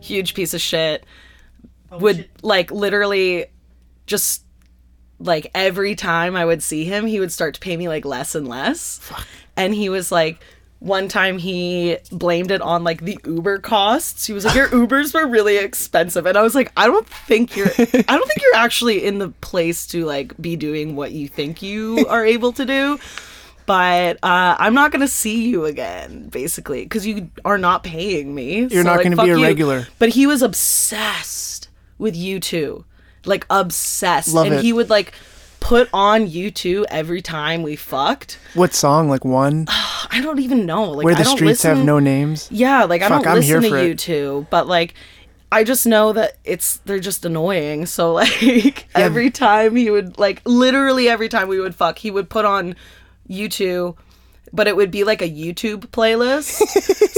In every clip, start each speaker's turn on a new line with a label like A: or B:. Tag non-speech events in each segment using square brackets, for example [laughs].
A: huge piece of shit, would like literally just like every time I would see him, he would start to pay me like less and less. And he was like, one time he blamed it on like the Uber costs. He was like,
B: [laughs]
A: "Your Ubers were really expensive," and I was like, "I don't think you're. I don't think you're actually in the place to like be doing what you think you
B: [laughs]
A: are able to do." But uh, I'm not gonna see you again, basically, because you are not paying me.
B: You're not gonna be
A: fuck
B: a
A: you.
B: regular.
A: But he was obsessed with you two, like obsessed,
B: Love
A: and
B: it.
A: he would like put on you two every time we fucked.
B: What song?
A: [sighs]
B: Like one
A: I don't even know. Like
B: where
A: I
B: the
A: don't
B: streets have
A: listen-
B: no names.
A: yeah, like I
B: Fuck,
A: don't
B: I'm here
A: listen to
B: for
A: you
B: it.
A: two, but like I just know that it's they're just annoying. So [laughs] like every time he would like literally every time we would fuck, he would put on you two but it would be like a YouTube playlist.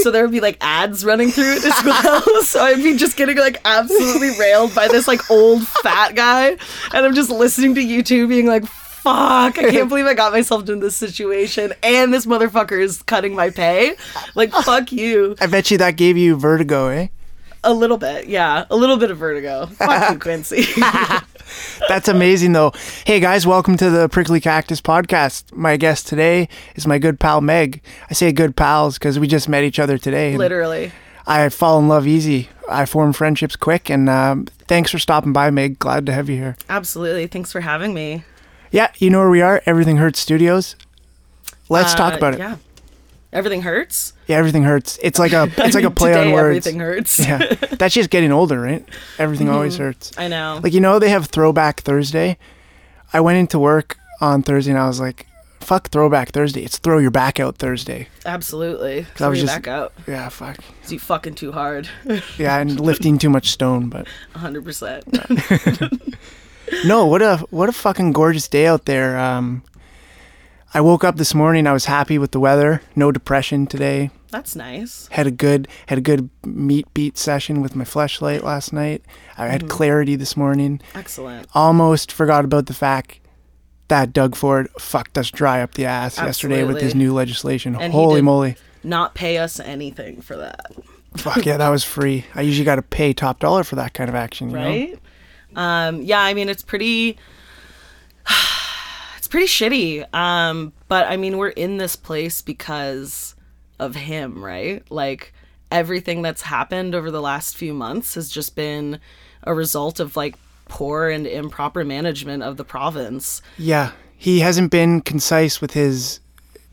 A: so there would be like ads running through it as well. [laughs] so I'd be just getting like absolutely railed by this like old fat guy. And I'm just listening to YouTube being like, fuck, I can't believe I got myself into this situation. And this motherfucker is cutting my pay. Like, fuck you.
B: I bet you that gave you vertigo, eh?
A: A little bit. Yeah. A little bit of vertigo. Fuck you, Quincy. [laughs]
B: That's amazing, though. Hey, guys, welcome to the Prickly Cactus podcast. My guest today is my good pal, Meg. I say good pals because we just met each other today. and
A: Literally.
B: I fall in love easy. I form friendships quick. And um, thanks for stopping by, Meg. Glad to have you here.
A: Absolutely. Thanks for having me.
B: Yeah, you know where we are Everything Hurts Studios. Let's talk
A: Uh,
B: about it. Yeah.
A: Yeah. Everything hurts.
B: everything hurts. It's
A: [laughs]
B: like a it's like a play
A: Today,
B: on words.
A: Everything hurts.
B: [laughs]
A: Mm-hmm.
B: yeah, that's just getting older, right? Everything always hurts.
A: [laughs] I know.
B: Like you know, they have Throwback Thursday. I went into work on Thursday and I was like, "Fuck Throwback Thursday! It's throw your back out Thursday."
A: Absolutely.
B: I was
A: Throw you
B: just-
A: back out.
B: Yeah, fuck.
A: It's you fucking too hard. [laughs]
B: Yeah, and lifting too much stone, but
A: 100%.
B: no, what a what a fucking gorgeous day out there. Um, I woke up this morning. I was happy with the weather. No depression today.
A: That's nice.
B: Had a good had a good meat beat session with my fleshlight last night. I had clarity this morning.
A: Excellent.
B: almost forgot about the fact that Doug Ford fucked us dry up the ass yesterday with his
A: Absolutely.
B: new legislation.
A: And he
B: Holy
A: did- [laughs]
B: moly.
A: Not pay us anything for that,
B: Fuck yeah, that was free. I usually got to pay top dollar for that kind of action, you know?
A: right? Um, yeah, I mean, it's pretty. [sighs] It's pretty shitty. Um, but I mean, we're in this place because of him, right? Like, everything that's happened over the last few months has just been a result of like poor and improper management of the province.
B: Yeah. He hasn't been concise with his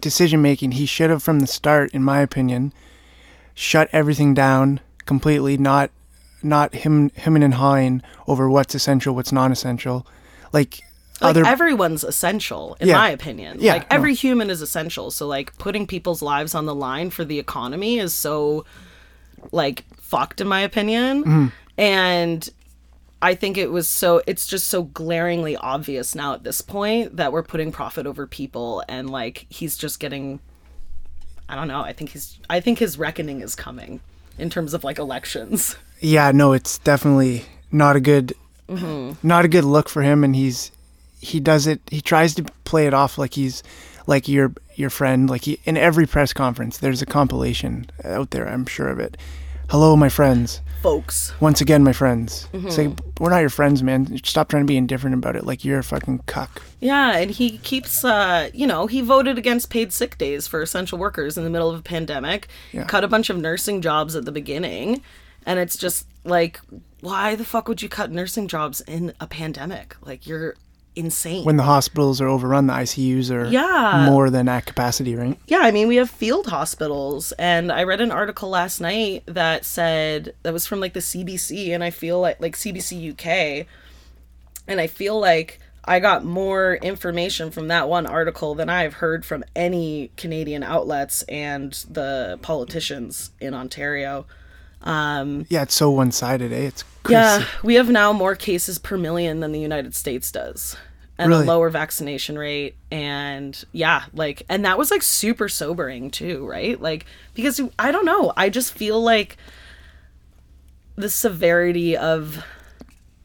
B: decision making. He should have from the start in my opinion shut everything down completely, not not him him and hawing over what's essential, what's non-essential. Like,
A: like
B: other
A: everyone's essential in
B: Yeah.
A: my opinion
B: Yeah,
A: like
B: no.
A: every human is essential so like putting people's lives on the line for the economy is so like fucked in my opinion
B: Mm-hmm.
A: and i think it was so it's just so glaringly obvious now at this point that we're putting profit over people and like he's just getting i don't know i think he's i think his reckoning is coming in terms of like elections
B: yeah no it's definitely not a good
A: Mm-hmm.
B: not a good look for him and he's he does it he tries to play it off like he's like your your friend like he in every press conference there's a compilation out there i'm sure of it hello my friends
A: folks
B: once again my friends say
A: Mm-hmm.
B: we're not your friends man stop trying to be indifferent about it like you're a fucking cuck
A: Yeah, and he keeps, uh, you know, he voted against paid sick days for essential workers in the middle of a pandemic,
B: Yeah.
A: cut a bunch of nursing jobs at the beginning. And it's just like, why the fuck would you cut nursing jobs in a pandemic? Like, you're insane.
B: when the hospitals are overrun the icus are
A: Yeah.
B: more than at capacity right
A: yeah, I mean, we have field hospitals. And I read an article last night that said, that was from like the CBC, and I feel like, like CBC UK, and I feel like I got more information from that one article than I've heard from any Canadian outlets and the politicians in Ontario.
B: yeah it's so one-sided eh it's crazy
A: Yeah, we have now more cases per million than the United States does. And
B: Really?
A: a lower vaccination rate and yeah, like and that was like super sobering too, right? Like because I don't know, I just feel like the severity of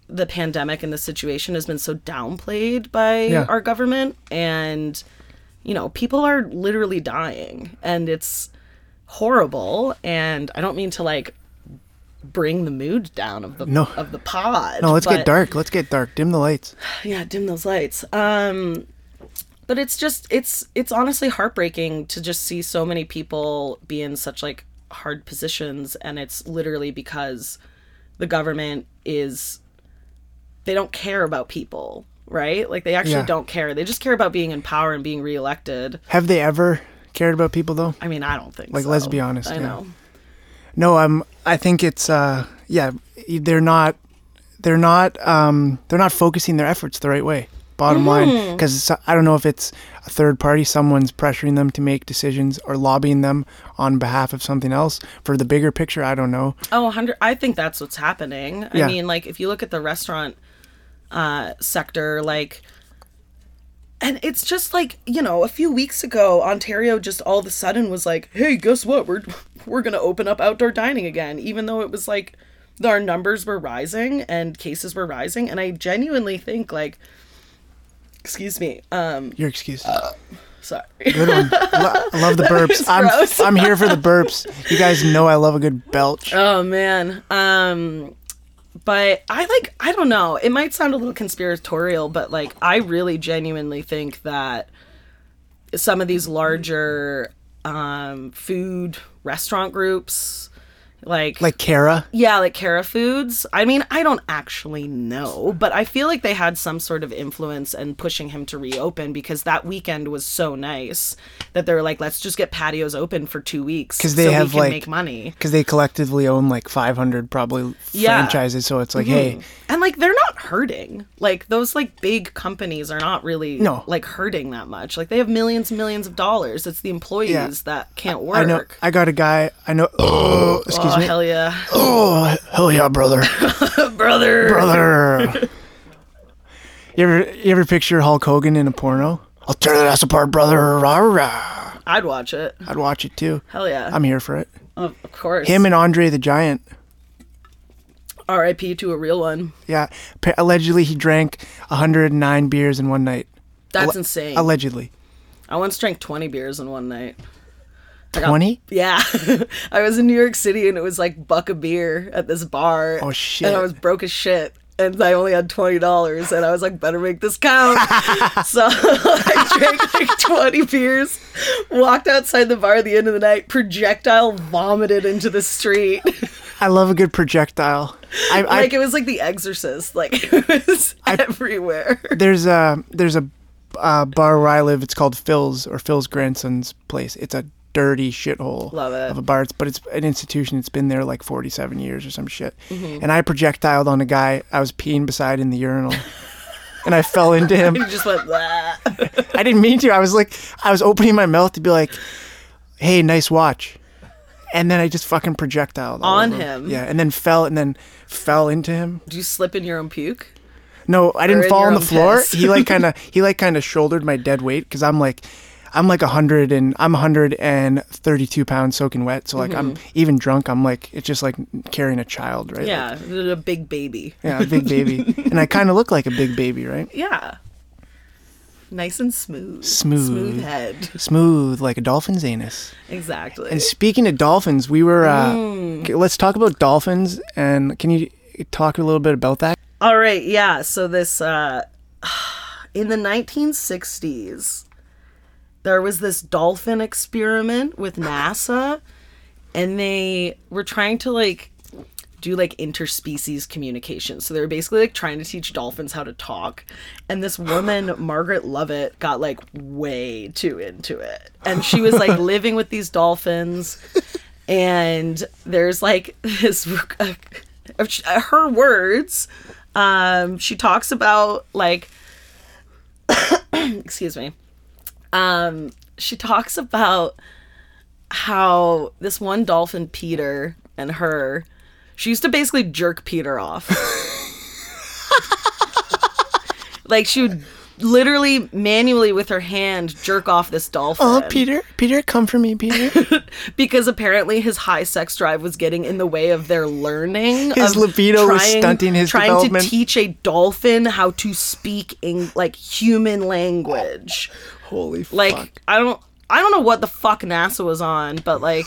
A: the pandemic and the situation has been so downplayed by
B: Yeah.
A: our government and you know, people are literally dying and it's horrible and I don't mean to like bring the mood down of the
B: No.
A: of the pod.
B: No, let's get
A: but-
B: dark. Let's get dark. Dim the lights.
A: yeah dim those lights um but it's just it's it's honestly heartbreaking to just see so many people be in such like hard positions and it's literally because the government is they don't care about people right like they actually
B: Yeah.
A: don't care they just care about being in power and being reelected
B: Have they ever cared about people though?
A: i mean i don't think
B: Like,
A: so.
B: let's be honest,
A: i
B: yeah.
A: know
B: No, um, I think it's uh, yeah, they're not, they're not, um, they're not focusing their efforts the right way. Bottom
A: Hmm.
B: line, because I don't know if it's a third party, someone's pressuring them to make decisions or lobbying them on behalf of something else for the bigger picture. I don't know.
A: Oh, 100 I think that's what's happening. I
B: Yeah.
A: mean, like if you look at the restaurant uh sector like and it's just like, you know, a few weeks ago Ontario just all of a sudden was like, "Hey, guess what? We're we're going to open up outdoor dining again." Even though it was like our numbers were rising and cases were rising and I genuinely think like excuse me. Um [laughs]
B: Your excuse.
A: sorry. [laughs]
B: Good one. Lo- I love the burps.
A: was
B: I'm,
A: gross.
B: I'm here for the burps. You guys know I love a good belch.
A: Oh man. Um but I like I don't know. It might sound a little conspiratorial, but like I really genuinely think that some of these larger um food restaurant groups like
B: Like Kara.
A: yeah, like Cara Foods. I mean, I don't actually know, but I feel like they had some sort of influence and pushing him to reopen because that weekend was so nice that they were like, let's just get patios open for two weeks because
B: they
A: so
B: have,
A: we can
B: like-
A: make money.
B: Because they collectively own like 500 probably
A: Yeah. Mm-hmm.
B: franchises, so it's like, hey,
A: and like they're not hurting like those like big companies are not really
B: No.
A: like hurting that much like they have millions and millions of dollars it's the employees
B: Yeah.
A: that can't
B: I know
A: work
B: I got a guy. I know. Oh, excuse
A: oh
B: me.
A: hell yeah
B: [laughs] Oh, hell yeah, [laughs] brother,
A: brother
B: brother. you ever you ever picture Hulk Hogan in a porno? I'll tear that ass apart, brother. Rah, rah.
A: i'd watch it
B: I'd watch it too.
A: hell yeah
B: I'm here for it.
A: of, of course
B: Him and Andre the Giant.
A: rip to a real one
B: Yeah, pa- allegedly he drank 109 beers in one night.
A: that's insane
B: Allegedly,
A: i once drank 20 beers in one night
B: 20.
A: Yeah. [laughs] I was in New York City and it was like buck a beer at this bar.
B: Oh, shit.
A: And I was broke as shit. And I only had twenty dollars and I was like, better make this
B: [laughs]
A: count. so [laughs] I drank like twenty beers, walked outside the bar at the end of the night, projectile vomited into the street.
B: I love a good projectile. I, I
A: like it was like the exorcist. Like [laughs] it was everywhere. [laughs]
B: there's a there's a uh, bar where I live. It's called Phil's or Phil's grandson's place. It's a dirty shithole
A: Love it.
B: of a bar. It's, but it's an institution. It's been there like 47 years or some shit.
A: Mm-hmm.
B: And I projectiled on a guy I was peeing beside in the urinal, and I fell into
A: [laughs]
B: him.
A: You just went "Blah."
B: I didn't mean to. I was like, I was opening my mouth to be like, "Hey, nice watch," and then I just fucking projectiled all
A: On
B: over
A: him.
B: Yeah, and then fell and then fell into him.
A: Did you slip in your own puke?
B: No, I
A: Or
B: didn't
A: in
B: fall
A: your
B: on the
A: own
B: floor.
A: piss. [laughs]
B: He like kind of he like kind of shouldered my dead weight because I'm like I'm like a hundred and I'm hundred and thirty two pounds soaking wet. So like I'm even drunk. I'm like it's just like carrying a child, right? Like,
A: Mm-hmm. Yeah. A big baby.
B: yeah, a big
A: [laughs]
B: baby, and I kind of look like a big baby, right?
A: Yeah. Nice and smooth.
B: Smooth.
A: Smooth head.
B: Smooth like a dolphin's anus.
A: [laughs] Exactly.
B: And speaking of dolphins, we were uh,
A: Mm.
B: okay, let's talk about dolphins. And can you talk a little bit about that?
A: All right, yeah. So this uh [sighs] in the 1960s there was this dolphin experiment [gasps] with NASA and they were trying to like do like interspecies communication. So they were basically like trying to teach dolphins how to talk. And this woman, Margaret Lovett, got like way too into it. And she was like living with these dolphins. And there's like this, her words, um, she talks about like, excuse me, um, she talks about how this one dolphin, Peter, and her, she used to basically jerk Peter
B: [laughs]
A: off. like she would literally manually with her hand jerk off this dolphin
B: Oh, Peter, Peter, come for
A: [laughs]
B: me, Peter.
A: because apparently his high sex drive was getting in the way of their learning.
B: His
A: of
B: libido was stunting his
A: trying
B: development.
A: to teach a dolphin how to speak in like human language.
B: Holy
A: Like
B: fuck!
A: I don't. I don't know what the fuck NASA was on, but
B: [laughs]
A: like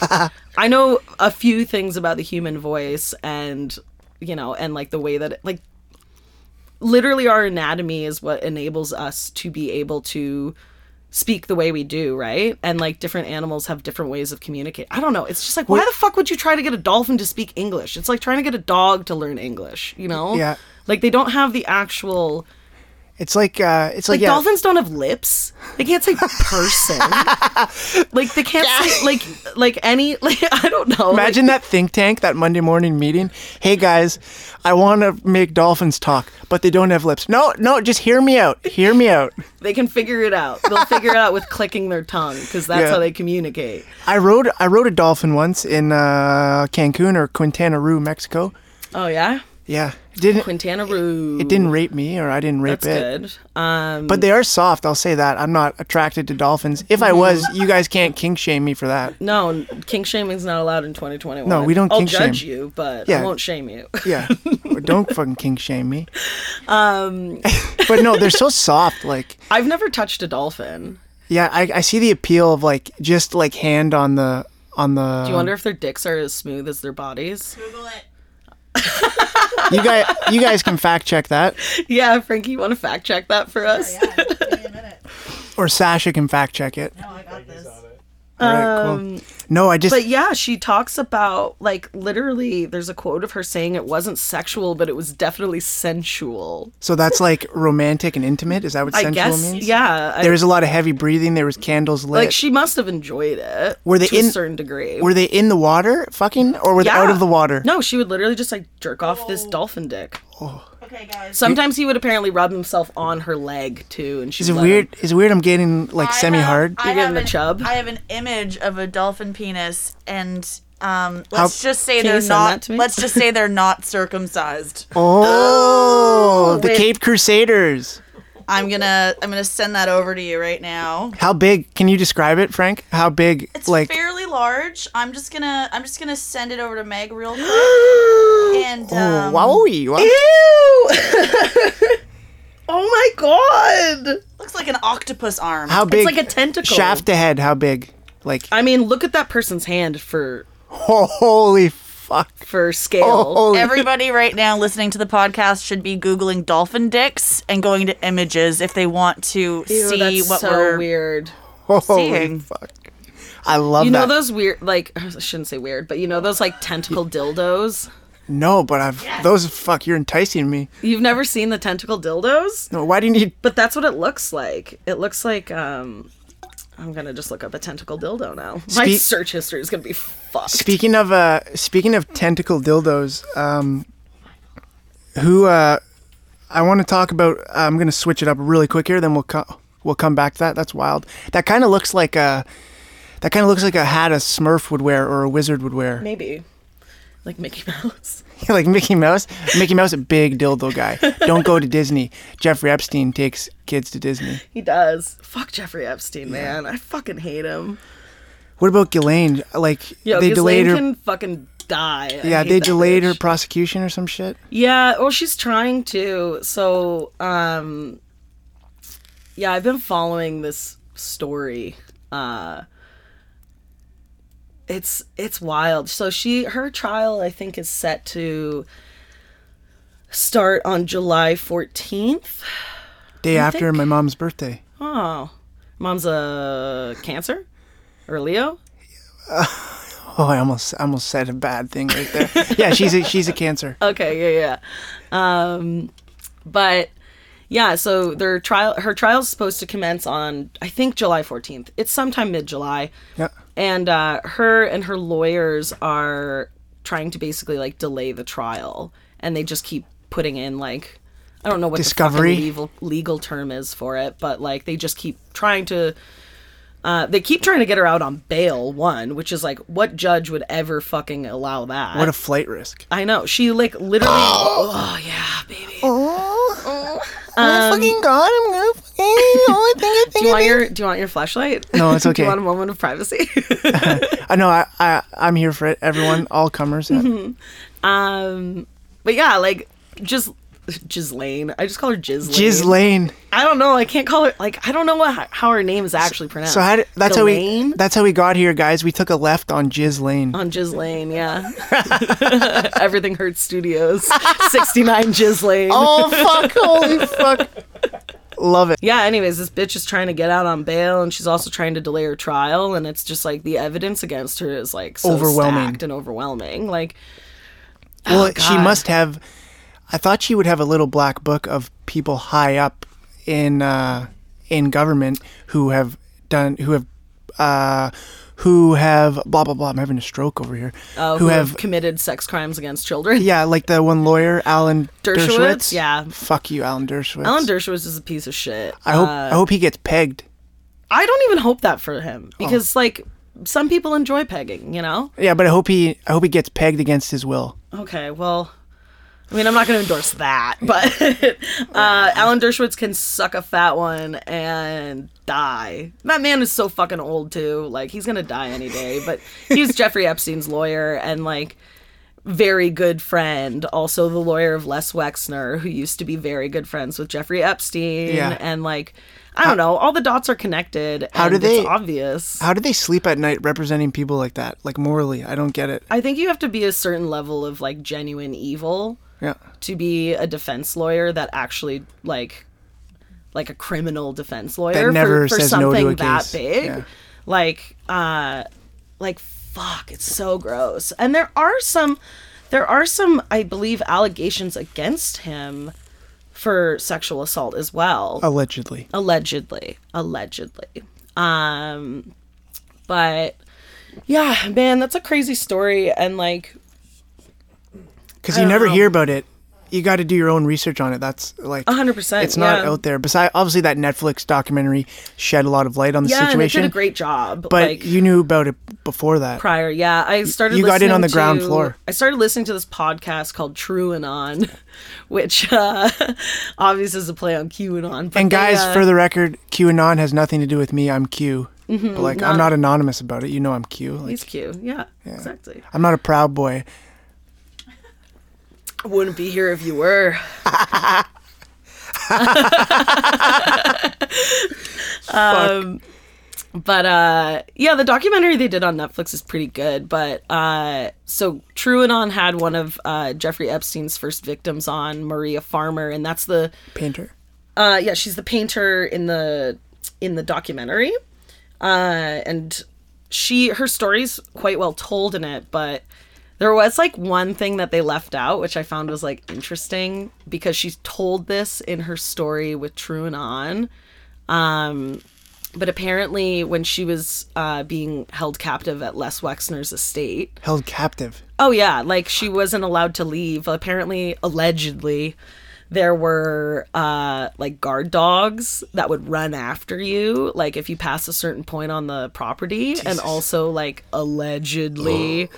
A: I know a few things about the human voice and you know, and like the way that it, like literally our anatomy is what enables us to be able to speak the way we do, right? And like different animals have different ways of communicating. I don't know. It's just like why the fuck would you try to get a dolphin to speak English? It's like trying to get a dog to learn English, you know?
B: Yeah.
A: Like they don't have the actual
B: It's like uh, it's like,
A: like
B: yeah,
A: dolphins don't have lips. They can't say
B: [laughs]
A: person. like they can't say like like any [laughs] like I don't know. like-
B: Imagine that think tank, that Monday morning meeting. Hey guys, I want to make dolphins talk, but they don't have lips. No, no, just hear me out. Hear me out.
A: they can figure it out. They'll figure it out with clicking their tongue because that's
B: Yeah.
A: how they communicate.
B: I rode I rode a dolphin once in uh, Cancun or Quintana Roo, Mexico.
A: Oh yeah,
B: Yeah, it didn't
A: Quintana Roo.
B: it didn't rape me or I didn't rape
A: That's
B: it.
A: good. Um,
B: But they are soft. I'll say that. I'm not attracted to dolphins. If I was, you guys can't kink shame me for that.
A: no, n- kink shaming's not allowed in 2021.
B: No, we don't
A: I'll
B: kink
A: judge
B: shame.
A: you, but I
B: Yeah.
A: won't shame you. [laughs]
B: Yeah, don't fucking kink shame me. Um, [laughs] but no, they're so soft. Like,
A: I've never touched a dolphin.
B: yeah, I, I see the appeal of like just like hand on the on the.
A: Do you wonder if their dicks are as smooth as their bodies? [laughs]
C: Google it.
B: you guys you guys can fact check that,
A: yeah, Frankie, you want to fact check that for us?
C: Yeah, give me a minute.
B: or Sasha can fact check it.
C: No, Oh, I got this.
B: All right, cool. No, I just
A: Um, But yeah, she talks about like literally there's a quote of her saying it wasn't sexual, but it was definitely sensual.
B: so that's like romantic and intimate. Is that what
A: I
B: sensual
A: guess
B: means?
A: yeah. I-
B: There was a lot of heavy breathing. There was candles lit.
A: like she must have enjoyed it
B: Were they
A: to a
B: in-
A: certain degree.
B: were they in the water, fucking, or were they
A: Yeah.
B: out of the water?
A: No, she would literally just like jerk off this dolphin dick.
C: Okay, guys.
A: Sometimes he would apparently rub himself on her leg too, and she's
B: Is it weird? Is it weird? I'm getting like
C: I
B: semi-hard.
C: have- I
A: You give
C: have
A: him a
C: an-
A: chub?
C: I have an image of a dolphin penis, and um, let's just say
A: Can you
C: they're
A: send that
C: not.
A: to me?
C: Let's just say they're
A: [laughs]
C: not circumcised.
B: Oh, the
A: wait.
B: Cape Crusaders.
C: I'm gonna. I'm gonna send that over to you right now.
B: How big? Can you describe it, Frank? How big?
C: It's
B: like
C: fairly large. I'm just gonna. I'm just gonna send it over to
A: [gasps]
C: Meg real quick. and
A: Oh.
C: um,
B: oh, wowie, wow.
A: Ew! [laughs] oh my god!
C: looks like an octopus arm.
B: How big?
A: like a tentacle.
B: Shaft to head. How big? Like [laughs]
A: I mean, look at that person's hand for
B: holy fuck.
A: for scale.
B: Holy.
C: Everybody right now listening to the podcast should be googling dolphin dicks and going to images if they want to
A: Ew,
C: see
A: that's
C: what
A: so
C: we're
A: weird.
B: [laughs] holy
C: seeing.
B: fuck. I love
A: You know
B: that.
A: those weird, like [sighs] I shouldn't say weird, but you know those like tentacle dildos.
B: no, but I've those. Fuck, you're enticing me.
A: You've never seen the tentacle dildos,
B: No, why do you need?
A: but that's what it looks like. It looks like um, I'm gonna just look up a tentacle dildo now. [laughs] My
B: Spe-
A: search history is gonna be fucked.
B: Speaking of uh, speaking of tentacle dildos, um, who uh, I want to talk about. uh, I'm gonna switch it up really quick here. Then we'll co- we'll come back to that. That's wild. That kind of looks like a that kind of looks like a hat a Smurf would wear or a wizard would wear,
A: Maybe like Mickey Mouse. [laughs]
B: [laughs] like Mickey Mouse. Mickey Mouse, a big dildo guy. Don't go to Disney. Jeffrey Epstein takes kids to Disney.
A: He does. Fuck Jeffrey Epstein, man. I fucking hate him.
B: What about Ghislaine? Like
A: Yo,
B: they
A: they
B: delayed her.
A: can fucking die. I
B: yeah,
A: hate
B: they
A: that
B: delayed her
A: bitch.
B: prosecution or some shit.
A: Yeah, well, she's trying to. So, um, yeah, I've been following this story. Uh, it's it's wild. So she her trial I think is set to start on July 14th.
B: Day after
A: think-
B: my mom's birthday.
A: Oh. Mom's a Cancer or Leo?
B: Oh, I almost I almost said a bad thing right there. [laughs] yeah, she's a she's a cancer.
A: okay, yeah, yeah. Um, but yeah, so their trial, her trial's supposed to commence on, I think, July 14th. It's sometime mid July.
B: Yeah.
A: And uh, her and her lawyers are trying to basically like delay the trial, and they just keep putting in like, I don't know what
B: Discovery?
A: the fucking legal, legal term is for it, but like they just keep trying to uh, they keep trying to get her out on bail. One, which is like, what judge would ever fucking allow that?
B: What a flight risk.
A: I know. She like
B: [gasps]
A: literally. oh yeah, baby. um,
B: Oh, oh fucking god, I'm gonna fucking oh, I think I
A: [laughs] Do
B: think
A: you want your Do you want your flashlight?
B: No,
A: [laughs]
B: it's
A: do
B: okay.
A: you want a moment of privacy? [laughs]
B: I know I, I I'm [laughs] Uh, here for it, everyone, all comers.
A: um, but yeah, like just Ghislaine. I just call her Ghislaine.
B: Ghislaine.
A: I don't know. I can't call her like I don't know what, how her name is actually pronounced.
B: So how did, that's how
A: Ghislaine?
B: we that's how we got here, guys. We took a left on Jizz Lane.
A: on Ghislaine, yeah.
B: [laughs]
A: [laughs] Everything Hurts Studios, [laughs] sixty nine Ghislaine.
B: Oh fuck! Holy fuck! Love it.
A: Yeah, anyways, this bitch is trying to get out on bail and she's also trying to delay her trial and it's just like the evidence against her is like so
B: Overwhelming.
A: stacked and overwhelming. Like
B: Well, she
A: Oh, God.
B: must have. I thought she would have a little black book of people high up in uh, in government who have done who have uh, who have blah blah blah. I'm having a stroke over here.
A: uh,
B: who have
A: committed sex crimes against children. [laughs]
B: yeah, like the one lawyer Alan
A: Dershowitz?
B: Dershowitz.
A: Yeah.
B: Fuck you, Alan Dershowitz.
A: Alan Dershowitz is a piece of shit.
B: I hope
A: Uh,
B: I hope he gets pegged.
A: I don't even hope that for him
B: Oh.
A: because like some people enjoy pegging, you know?
B: Yeah, but I hope he I hope he gets pegged against his will.
A: Okay, well, I mean, I'm not going to endorse that, but [laughs] uh, Alan Dershowitz can suck a fat one and die. That man is so fucking old too. Like he's going to die any day. But he's
B: [laughs]
A: Jeffrey Epstein's lawyer and like very good friend, also the lawyer of Les Wexner, who used to be very good friends with Jeffrey Epstein,
B: Yeah.
A: and like. I don't know. All the dots are connected. How
B: do they-
A: It's obvious.
B: How do they sleep at night representing people like that? Like morally, I don't get it.
A: I think you have to be a certain level of like genuine evil
B: Yeah.
A: to be a defense lawyer that actually like like a criminal defense lawyer for-
B: never
A: for,
B: says no to
A: something
B: a
A: that
B: case.
A: big
B: Yeah.
A: like uh like fuck it's so gross and there are some there are some i believe allegations against him for sexual assault as well
B: Oh. Allegedly.
A: allegedly allegedly um but yeah man that's a crazy story and like
B: Because you
A: don't
B: never
A: know.
B: hear about it. You got to do your own research on it. That's like
A: 100%
B: It's not
A: yeah.
B: out there. Besides, obviously, that Netflix documentary shed a lot of light on the
A: yeah and they
B: situation.
A: did a great job
B: but
A: like
B: you knew about it before that.
A: prior. Yeah, I started.
B: you got in
A: listening
B: on the ground
A: to-
B: floor.
A: I started listening to this podcast called True and On, [laughs] which uh, [laughs] obvious is a play on QAnon. But
B: and
A: they,
B: guys,
A: uh,
B: for the record, QAnon has nothing to do with me. I'm Q. but like, I'm not anonymous about it. You know, I'm Q. Like,
A: Mm-hmm, he's cute. Yeah, exactly.
B: I'm not a proud boy.
A: Wouldn't be here if you
B: [laughs]
A: were. um, but uh, yeah, the documentary they did on Netflix is pretty good. But uh, so True and On had one of uh, Jeffrey Epstein's first victims on Maria Farmer, and that's the
B: Painter.
A: uh yeah she's the painter in the in the documentary uh and she her story's quite well told in it but there was like one thing that they left out which i found was like interesting because she told this in her story with true and on um but apparently when she was uh being held captive at les wexner's estate
B: Held captive.
A: Oh yeah, like she wasn't allowed to leave. Apparently, allegedly, there were uh like guard dogs that would run after you, like if you pass a certain point on the property, and also like allegedly,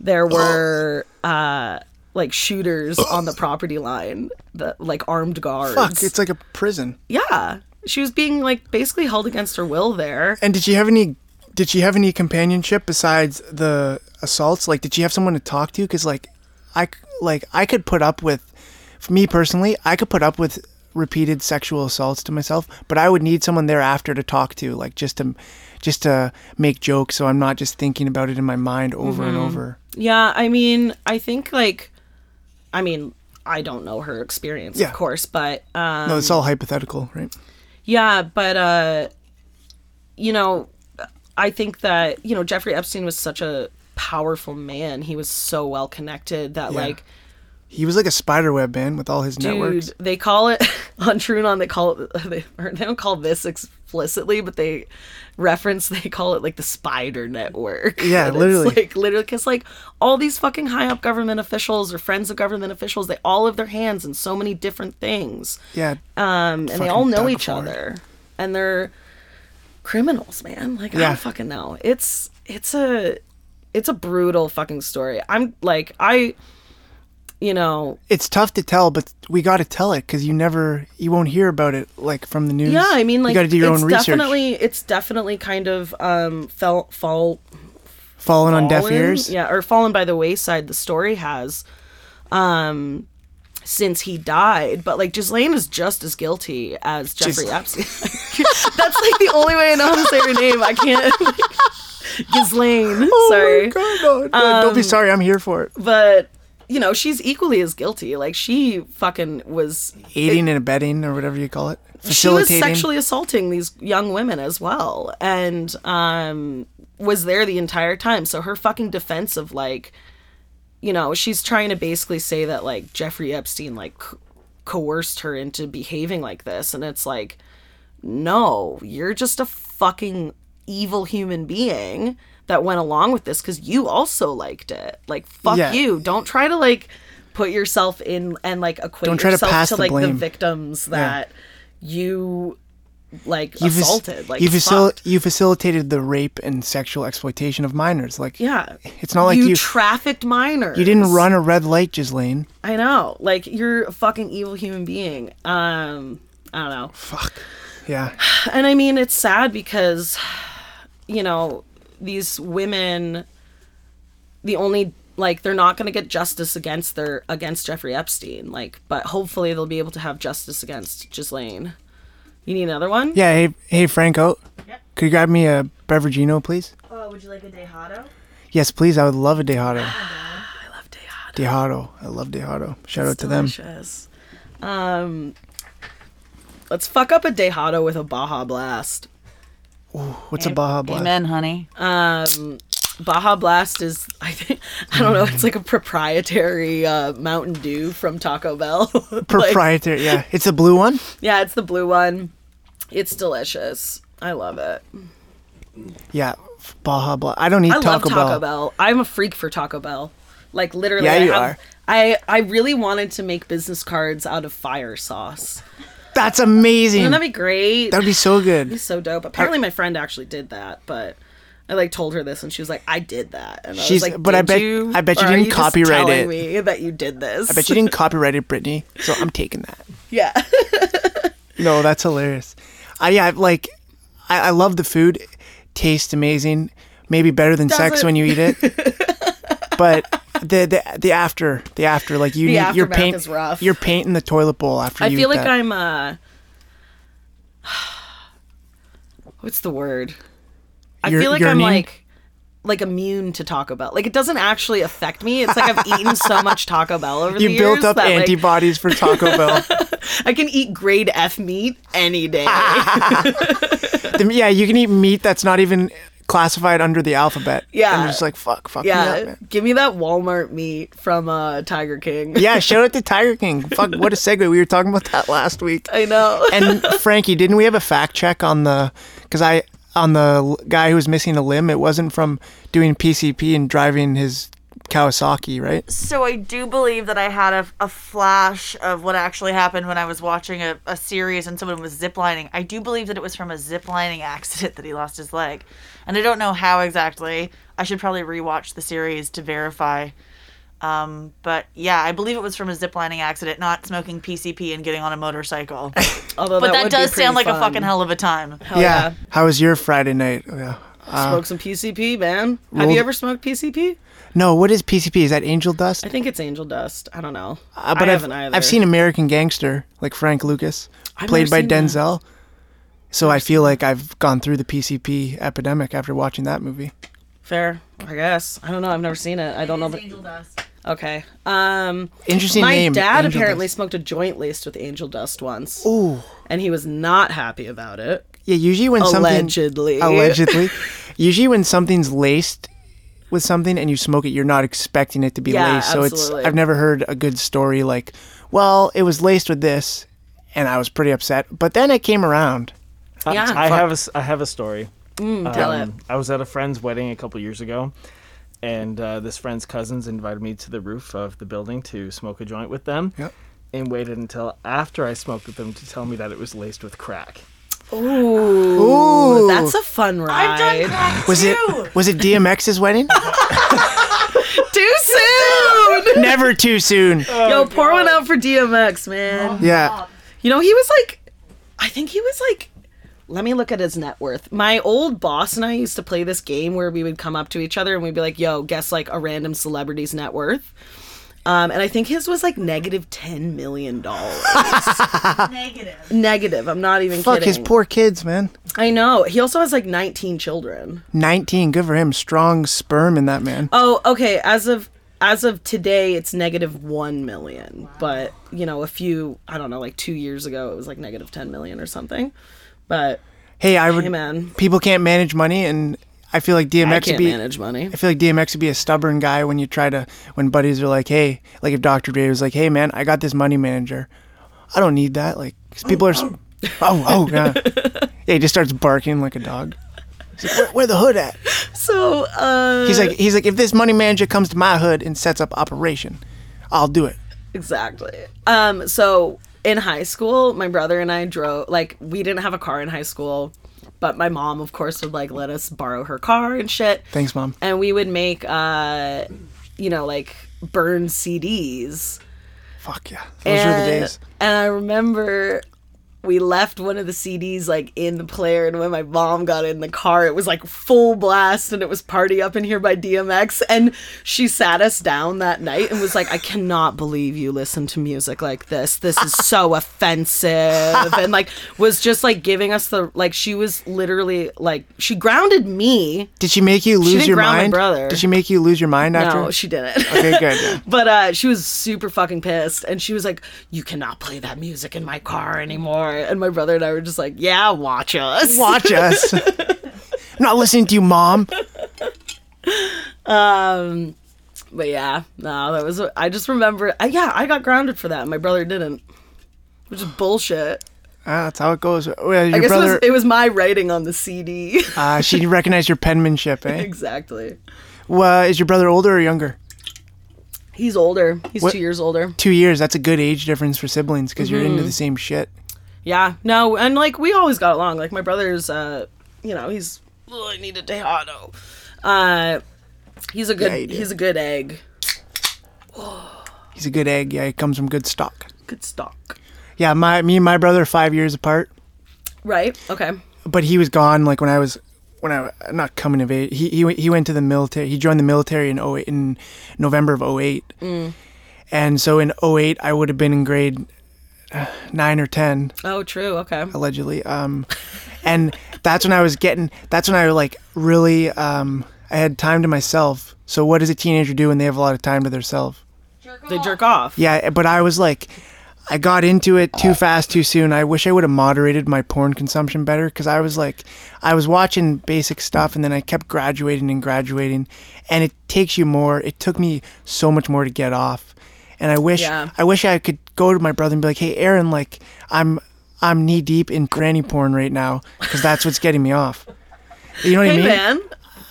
A: there were uh like shooters on the property line, the like armed guards.
B: Fuck, it's like a prison.
A: yeah, she was being like basically held against her will there.
B: And did she have any? Did she have any companionship besides the assaults? Like, did she have someone to talk to? Because like, I c- like I could put up with, for me personally, I could put up with repeated sexual assaults to myself, but I would need someone thereafter to talk to, like just to, just to make jokes, so I'm not just thinking about it in my mind over and
A: Mm-hmm.
B: over.
A: Yeah, I mean, I think like, I mean, I don't know her experience,
B: Yeah.
A: of course, but um,
B: No, it's all hypothetical, right?
A: yeah, but uh, you know, I think that you know Jeffrey Epstein was such a powerful man. He was so well connected that like,
B: He was like a spider web man with all his
A: dude,
B: networks.
A: they call it [laughs] on Trunon. They call it they, or they don't call this explicitly, but they reference they call it like the spider network.
B: Yeah,
A: And [laughs] it's,
B: literally.
A: like literally because like all these fucking high up government officials or friends of government officials, they all have their hands in so many different things.
B: Yeah,
A: um, and they all
B: Fucking
A: know
B: Doug
A: each
B: Ford.
A: other, and they're criminals, man. Like I
B: Yeah.
A: don't fucking know. It's it's a it's a brutal fucking story. I'm like I, you know,
B: it's tough to tell, but we got to tell it because you never, you won't hear about it like from the news.
A: yeah. I mean, like
B: you got to do your
A: it's
B: own research.
A: definitely it's definitely kind of um fell fall
B: fallen on deaf
A: fallen-
B: ears.
A: Yeah, or fallen by the wayside. The story has. Um, since he died, but like Ghislaine is just as guilty as Jeffrey
B: Ghislaine. [laughs]
A: Epstein. [laughs] That's like the only way I know how to say her name. I can't. [laughs] Ghislaine, sorry.
B: Oh God, no, no, don't
A: Um,
B: be sorry. I'm here for it.
A: But you know, she's equally as guilty. Like she fucking was
B: Aiding and abetting, or whatever you call it,
A: she was
B: facilitating.
A: sexually assaulting these young women as well and um was there the entire time so her fucking defense of like you know she's trying to basically say that like jeffrey epstein like co- coerced her into behaving like this and it's like no you're just a fucking evil human being that went along with this because you also liked it like fuck
B: Yeah.
A: you don't try to like put yourself in and like equate
B: Don't try to
A: yourself
B: pass the
A: like the
B: blame.
A: victim victims that you like
B: you fac-
A: assaulted. Like
B: you,
A: you
B: facil- you facilitated the rape and sexual exploitation of minors. Like
A: yeah.
B: it's not like
A: you,
B: you you,
A: trafficked minors.
B: didn't run a red light, Ghislaine.
A: I know. Like you're a fucking evil human being. Um, I don't know.
B: Yeah,
A: and I mean, it's sad because, you know, these women, the only like they're not going to get justice against their against Jeffrey Epstein. Like, but hopefully they'll be able to have justice against Ghislaine. You need another one?
B: yeah. Hey, hey, Franco, could you grab me a Bevergino, please?
D: Oh, would you like a Dejado?
B: Yes, please. I would love a
A: [sighs]
B: Dejado.
A: I love Dea.
B: Dejado. I love Dejado. Shout out to them.
A: Delicious. Um, let's fuck up a Dejado with a Baja Blast.
B: What's a
A: Oh,
B: Baja Blast?
C: Amen, honey.
A: Um, Baja Blast is, I think, I don't know, it's like a proprietary uh, Mountain Dew from Taco Bell. [laughs] Like,
B: Proprietary. yeah, it's a blue one.
A: yeah, it's the blue one. It's delicious. I love it.
B: Yeah, f- Baja Blast. I don't eat
A: I love
B: Taco,
A: Taco Bell.
B: Bell.
A: I'm a freak for Taco Bell. Like literally,
B: Yeah,
A: I
B: you
A: have-
B: are.
A: I I really wanted to make business cards out of fire sauce.
B: That's amazing.
A: Wouldn't that be great?
B: That'd be so good.
A: He's so dope. Apparently, my friend actually did that, but I like told her this, and she was like, "I did that." And I
B: She's-
A: was like,
B: but I
A: "Did
B: bet-
A: you,
B: I bet you
A: or are
B: didn't
A: just
B: copyright
A: telling
B: it."
A: Me [laughs] that you did this.
B: I bet you didn't copyright it, Brittany. So I'm taking that.
A: [laughs]
B: [laughs]
A: Yeah,
B: No, that's hilarious. I yeah, I've, like I, I love the food. Tastes amazing. Maybe better than sex
A: Doesn't-
B: when you
A: [laughs]
B: eat it. but the the the after the after like you
A: The
B: need, you're
A: aftermath
B: paint
A: is rough.
B: you're painting the toilet bowl after
A: I
B: you
A: feel
B: eat
A: like
B: that.
A: I'm. uh [sighs] What's the word? I
B: You're-
A: feel like
B: you're
A: I'm
B: immune?
A: like like immune to Taco Bell. Like it doesn't actually affect me. It's like I've eaten
B: [laughs]
A: so much Taco Bell over the
B: you
A: years
B: built up
A: that like,
B: antibodies
A: [laughs]
B: for Taco Bell.
A: I can eat grade F meat
B: [laughs]
A: any day.
B: The- yeah, you can eat meat that's not even classified under the alphabet.
A: Yeah.
B: and you're just like fuck, fuck yeah.
A: yeah,
B: man.
A: give me that Walmart meat from uh, Tiger King.
B: Yeah, shout out to Tiger King. Fuck, what a segue. We were talking about that last week.
A: I know.
B: and Frankie, didn't we have a fact check on the because I on the l- guy who was missing a limb? It wasn't from doing PCP and driving his Kawasaki, right?
C: So I do believe that I had a, a flash of what actually happened when I was watching a, a series and someone was ziplining. I do believe that it was from a ziplining [laughs] accident that he lost his leg. And I don't know how exactly. I should probably rewatch the series to verify. Um, but yeah, I believe it was from a ziplining accident, not smoking PCP and getting on
A: [laughs]
C: a motorcycle.
A: [laughs] Although
C: but that,
A: would be
C: does sound like
A: pretty
C: a
A: fun.
C: fucking hell of a time.
A: Hell yeah.
B: How was your Friday night? Yeah.
A: Smoke some PCP, man. Have
B: rolled-
A: you ever smoked PCP?
B: No, what is PCP? Is that angel dust?
A: I think it's angel dust. I don't know.
B: Uh,
A: I
B: but I've-
A: haven't either.
B: I've seen American Gangster, like Frank Lucas,
A: I've never
B: played by
A: seen that.
B: Denzel. So I feel like I've gone through the PCP epidemic after watching that movie.
A: Fair, I guess. I don't know. I've never seen it. I don't know. But
D: Angel dust.
A: okay. Um,
B: Interesting
A: my
B: name.
A: dad
B: angel
A: apparently
B: dust.
A: smoked a joint laced with angel dust once,
B: Ooh.
A: and he was not happy about it.
B: Yeah, usually when something
A: Allegedly.
B: allegedly [laughs] usually when something's laced with something and you smoke it you're not expecting it to be
A: Yeah,
B: laced so
A: absolutely.
B: it's i've never heard a good story like well it was laced with this and i was pretty upset but then it came around
E: I-
A: Yeah.
E: I
A: Fuck.
E: have a, s- I have a story.
A: tell
E: Um, I was at a friend's wedding a couple years ago, and uh, this friend's cousins invited me to the roof of the building to smoke a joint with them.
B: Yep.
E: And waited until after I smoked with them to tell me that it was laced with crack.
A: Ooh, that's a fun ride.
C: I've done [laughs] crack
B: was
C: too.
B: it was it dmx's
A: [laughs]
B: wedding
A: Too soon.
B: never too soon
A: Yo, pour one out for DMX, man.
B: yeah
A: You know, he was like, I think he was like, let me look at his net worth. My old boss and I used to play this game where we would come up to each other and we'd be like, yo, guess like a random celebrity's net worth. Um, and I think his was like negative ten million dollars.
B: [laughs]
C: Negative.
A: negative. I'm not even
B: Fuck
A: kidding.
B: his poor kids, man.
A: I know. He also has like 19 children.
B: 19. Good for him. Strong sperm in that man.
A: Oh, okay. As of as of today, it's negative one million. But you know, a few I don't know, like two years ago, it was like negative 10 million or something. But
B: Hey, I would.
A: hey, man,
B: People can't manage money, and I feel like
A: I
B: DMX would
A: can't
B: be.
A: manage money.
B: I feel like DMX would be a stubborn guy when you try to when buddies are like, "Hey," like if Dr. Dre was like, "Hey, man, I got this money manager. I don't need that." Like 'cause people
A: [clears throat]
B: are, s- oh, oh, yeah. yeah, he just starts barking like a dog. He's like, where, where the hood at?
A: So uh,
B: He's like, he's like, if this money manager comes to my hood and sets up operation, I'll do it.
A: Exactly. Um, so in high school, my brother and I drove like we didn't have a car in high school, but my mom of course would like let us borrow her car and shit.
B: Thanks, mom.
A: And we would make uh you know, like burn CDs.
B: Fuck yeah, those were the
A: and,
B: days.
A: and I remember we left one of the CDs like in the player, and when my mom got in the car, it was like full blast, and it was "Party Up in Here" by DMX. And she sat us down that night and was like, "I cannot believe you listen to music like this. This is
B: [laughs]
A: so offensive." And like was just like giving us the like she was literally like she grounded me.
B: Did she make you lose
A: didn't
B: your
A: ground my
B: mind?
A: brother.
B: Did she make you lose your mind after?
A: No, she didn't.
B: [laughs] okay, good. yeah.
A: But uh, she was super fucking pissed, and she was like, "You cannot play that music in my car anymore." And my brother and I were just like, "Yeah, watch us."
B: Watch
A: [laughs]
B: us. I'm not listening to you, mom.
A: But yeah, no, that was. I just remember. I, yeah, I got grounded for that. and My brother didn't, which is bullshit.
B: Ah, that's how it goes. Well,
A: I
B: your
A: guess
B: brother.
A: it, was, it was my writing on the CD.
B: uh, she recognized your penmanship,
A: [laughs]
B: eh?
A: exactly.
B: Well, is your brother older or younger?
A: He's older. He's
B: What-
A: two years older.
B: Two years. That's a good age difference for siblings because you're
A: Mm-hmm.
B: into the same shit.
A: Yeah. No, and like we always got along. Like my brother's uh you know, he's "Ugh, I need a Tejano. Uh he's a
B: Yeah, you
A: good
B: do.
A: he's a good egg.
B: He's a good egg. Yeah, he comes from good stock.
A: Good stock.
B: Yeah, my me and my brother are five years apart.
A: Right? Okay.
B: but he was gone like when I was when I not coming of age. He he he went to the military. He joined the military in 08, in November of 08. And so in 08 I would have been in grade uh, 9 or 10
A: Oh true, okay.
B: allegedly. Um and that's when I was getting that's when I like really um I had time to myself. So what does a teenager do when they have a lot of time to themselves?
A: They jerk off.
B: Yeah, eh, but I was like, I got into it too fast, too soon. I wish I would have moderated my porn consumption better because I was like, I was watching basic stuff and then I kept graduating and graduating, and it takes you more. It took me so much more to get off, and I wish,
A: Yeah.
B: I wish I could go to my brother and be like, Hey, Aaron, like I'm, I'm knee deep in granny porn right now because that's what's getting me off. You know what I
A: Hey
B: mean?
A: man,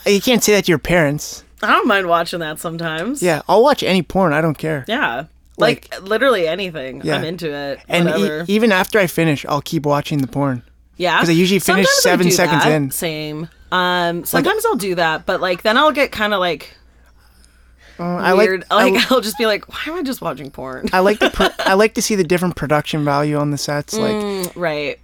B: You can't say that to your parents.
A: I don't mind watching that sometimes.
B: Yeah, I'll watch any porn. I don't care.
A: Yeah. Like, literally anything.
B: Yeah.
A: I'm into it.
B: And
A: Whatever.
B: e- even after I finish, I'll keep watching the porn.
A: Yeah.
B: 'Cause I usually finish
A: Sometimes I
B: seven
A: do
B: seconds
A: that.
B: in.
A: Same. Um sometimes I'll do that, but like then I'll get kind of like
B: I
A: weird. Oh
B: like I,
A: like [laughs] I'll just be like, why am I just watching porn?
B: I like the pro- I like to see the different production value on the sets. Like
A: [laughs] right.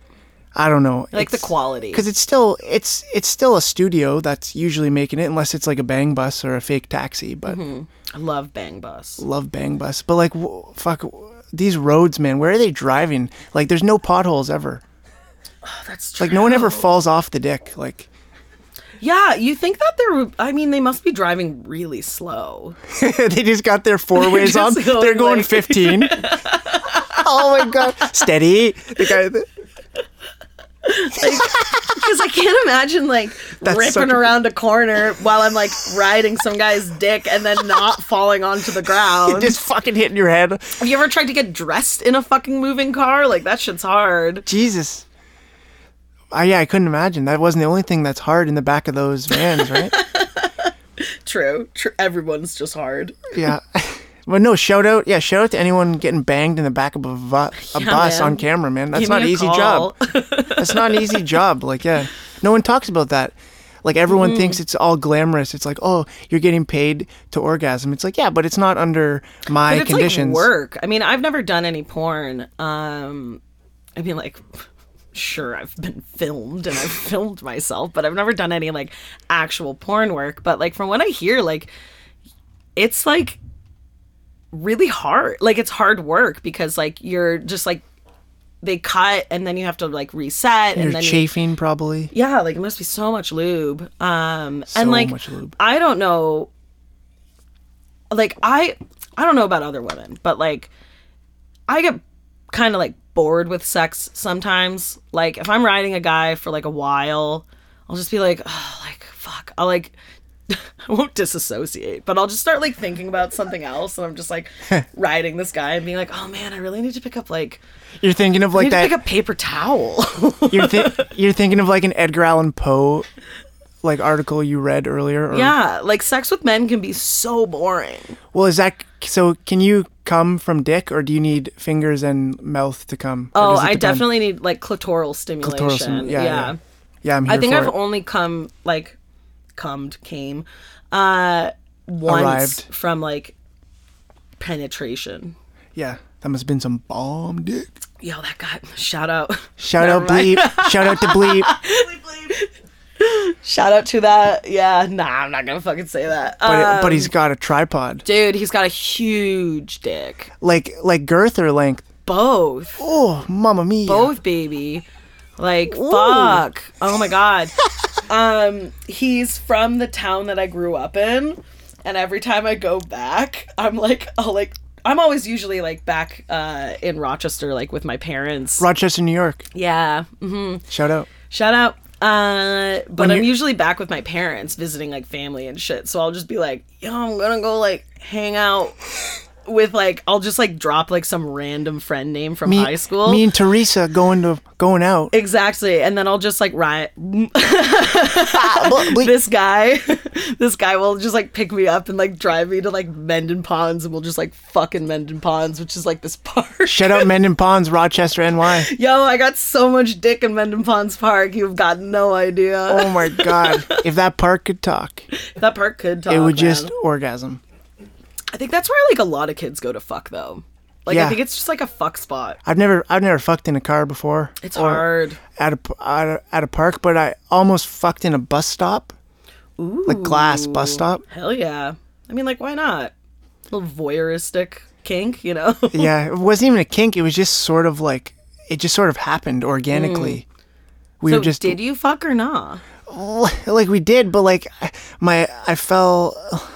B: I don't know,
A: Mm. Like the quality.
B: because it's still it's it's still a studio that's usually making it, unless it's like a bang bus or a fake taxi. But
A: I love Bang Bus.
B: love bang bus. But like w- fuck these roads, man. Where are they driving? Like there's no potholes ever.
A: That's true.
B: Like no one ever falls off the dick. Like [laughs]
A: Yeah, you think that they're. I mean, they must be driving really slow.
B: they just got
A: [laughs]
B: their four ways on.
A: just going
B: They're going
A: like- [laughs]
B: 15. [laughs] oh my god, steady. The guy.
A: Because I can't imagine like
B: such
A: ripping
B: a-
A: around a corner while I'm like riding some guy's dick and then not falling onto the ground.
B: just fucking hitting your head.
A: Have you ever tried to get dressed in a fucking moving car? Like that shit's hard.
B: Jesus. I, yeah, I couldn't imagine. That wasn't the only thing that's hard in the back of those vans,
A: [laughs]
B: right?
A: True. True. Everyone's just hard.
B: yeah. [laughs] Well, no, shout out. Yeah, shout out to anyone getting banged in the back of a, vu-
A: [laughs]
B: a bus
A: man.
B: on camera, man. That's
A: Give me
B: not an
A: a
B: easy
A: call.
B: job. That's not
A: [laughs]
B: an easy job. Like, yeah. No one talks about that. Like, everyone thinks it's all glamorous. It's like, oh, you're getting paid to orgasm. It's like, yeah, but it's not under my
A: But it's
B: conditions.
A: like work. I mean, I've never done any porn. Um, I mean, like, sure, I've been filmed and I've [laughs] filmed myself, but I've never done any like actual porn work. But like from what I hear, like, it's like really hard. Like it's hard work because like you're just like they cut and then you have to like reset
B: You're
A: and then you-
B: chafing probably.
A: yeah, like it must be so much lube. Um
B: So
A: and like
B: much lube.
A: I don't know like I I don't know about other women, but like I get kind of like bored with sex sometimes. Like if I'm riding a guy for like a while, I'll just be like, oh, like fuck. I'll like [laughs] I won't disassociate, but I'll just start like thinking about something else and I'm just
B: [laughs]
A: like riding this guy and being like, "Oh man, I really need to pick up like
B: You're thinking of
A: I
B: like
A: [laughs] need to
B: that.
A: pick up paper towel." [laughs]
B: you're, thi- you're thinking of like an Edgar Allan Poe like article you read earlier. Or,
A: yeah, like sex with men can be so boring.
B: Well, is that so? Can you come from dick, or do you need fingers and mouth to come? Or
A: Oh,
B: does it
A: I
B: depend?
A: definitely need like clitoral stimulation.
B: Clitoral stim-
A: yeah,
B: yeah, yeah. Yeah, I'm here
A: I think
B: for
A: I've
B: it.
A: only come like cummed came uh once
B: Arrived.
A: from like penetration.
B: yeah, that must have been some bomb dick.
A: Yo, that guy shout out. [laughs]
B: Shout out bleep. Shout out to bleep.
A: Shout out to that. Yeah, nah, I'm not gonna fucking say that.
B: But, it-
A: Um,
B: but he's got a tripod.
A: dude, he's got a huge dick.
B: Like like girth or length.
A: Both.
B: Oh, mamma mia.
A: both baby like fuck oh my
B: [laughs]
A: god um he's from the town that i grew up in and every time i go back i'm like oh like i'm always usually like back uh in rochester like with my parents
B: Rochester, New York.
A: yeah hmm
B: Shout out.
A: shout out uh but
B: When
A: i'm
B: you-
A: usually back with my parents visiting like family and shit so i'll just be like yo i'm gonna go like hang out with like i'll just like drop like some random friend name from high school
B: Me and Teresa going to
A: [laughs]
B: going out.
A: Exactly. And then I'll just like riot.
B: Ble- bleep.
A: This guy, [laughs] this guy will just like pick me up and like drive me to like Menden Ponds and we'll just like fucking Menden Ponds, which is like this [laughs] park.
B: Shout out Mendon Ponds, Rochester, NY.
A: Yo, I got so much dick in Menden Ponds Park. You've got no idea.
B: Oh
A: [laughs]
B: my god. If that park could talk,
A: That park could talk.
B: it would
A: Oh, man.
B: just orgasm.
A: I think that's where like a lot of kids go to fuck though. Like I
B: Yeah.
A: think it's just like a fuck spot.
B: I've never I've never fucked in a car before.
A: It's
B: or
A: hard.
B: At a, p- at a at a park, but I almost fucked in a bus stop. Ooh. Like glass bus stop.
A: Hell yeah. I mean, like why not? A little voyeuristic kink, you
B: [laughs]
A: know.
B: yeah, it wasn't even a kink. It was just sort of like it just sort of happened organically. We
A: Mm. so
B: were just
A: did you fuck or not?
B: [laughs] like we did, but like I- my I fell. [sighs]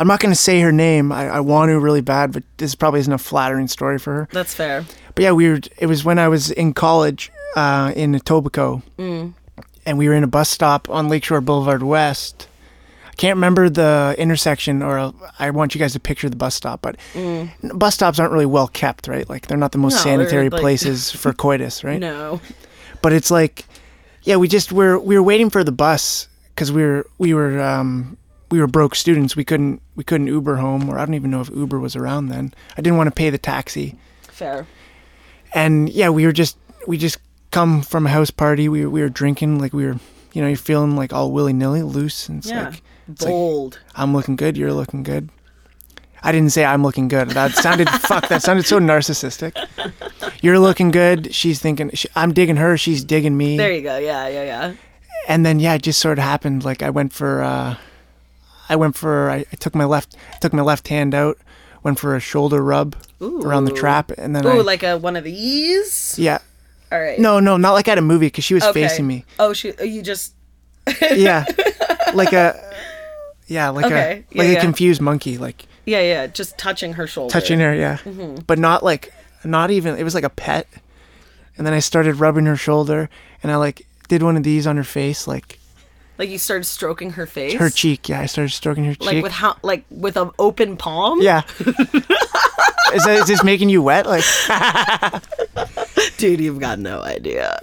B: I'm not gonna say her name. I, I want to really bad, but this probably isn't a flattering story for her.
A: That's fair.
B: But yeah, we were. It was when I was in college uh, in Etobicoke,
A: Mm.
B: and we were in a bus stop on Lakeshore Boulevard West. I can't remember the intersection, or i I want you guys to picture the bus stop. But n- bus stops aren't really well kept, right? Like they're not the
A: Mm.
B: most
A: No, they're,
B: sanitary
A: like- [laughs]
B: places for coitus, right?
A: No.
B: but it's like yeah we just were we were waiting for the bus because we were we were um we were broke students we couldn't we couldn't uber home or i don't even know if uber was around then i didn't want to pay the taxi
A: Fair.
B: and yeah we were just we just come from a house party we, we were drinking like we were you know you're feeling like all willy-nilly loose and it's
A: Yeah.
B: like it's like,
A: Bold.
B: i'm looking good you're looking good i didn't say i'm looking good that sounded [laughs] fuck that sounded so narcissistic you're looking good she's thinking she, i'm digging her she's digging me
A: there you go. Yeah, yeah, yeah.
B: and then yeah, it just sort of happened. Like I went for, uh, I went for, I, I took my left, took my left hand out, went for a shoulder rub around the
A: Ooh.
B: trap, and then I,
A: Ooh, like a one of these.
B: yeah,
A: All right.
B: no, no, not like at a movie because she was facing me.
A: Oh, shoot. You just.
B: Yeah, like a, yeah, like
A: Okay.
B: a,
A: Yeah,
B: like a
A: yeah.
B: confused monkey, like
A: Yeah, yeah. Just touching her shoulder.
B: touching her, yeah,
A: Mm-hmm.
B: but not like, not even. It was like a pet, and then I started rubbing her shoulder, and I like did one of these on her face, like
A: Like you started stroking her face.
B: her cheek. Yeah, I started stroking her cheek.
A: Like with how? Like with an open palm.
B: [laughs] Yeah. is, that, is this making you wet? Like,
A: [laughs] Dude, you've got no
B: [laughs]
A: idea.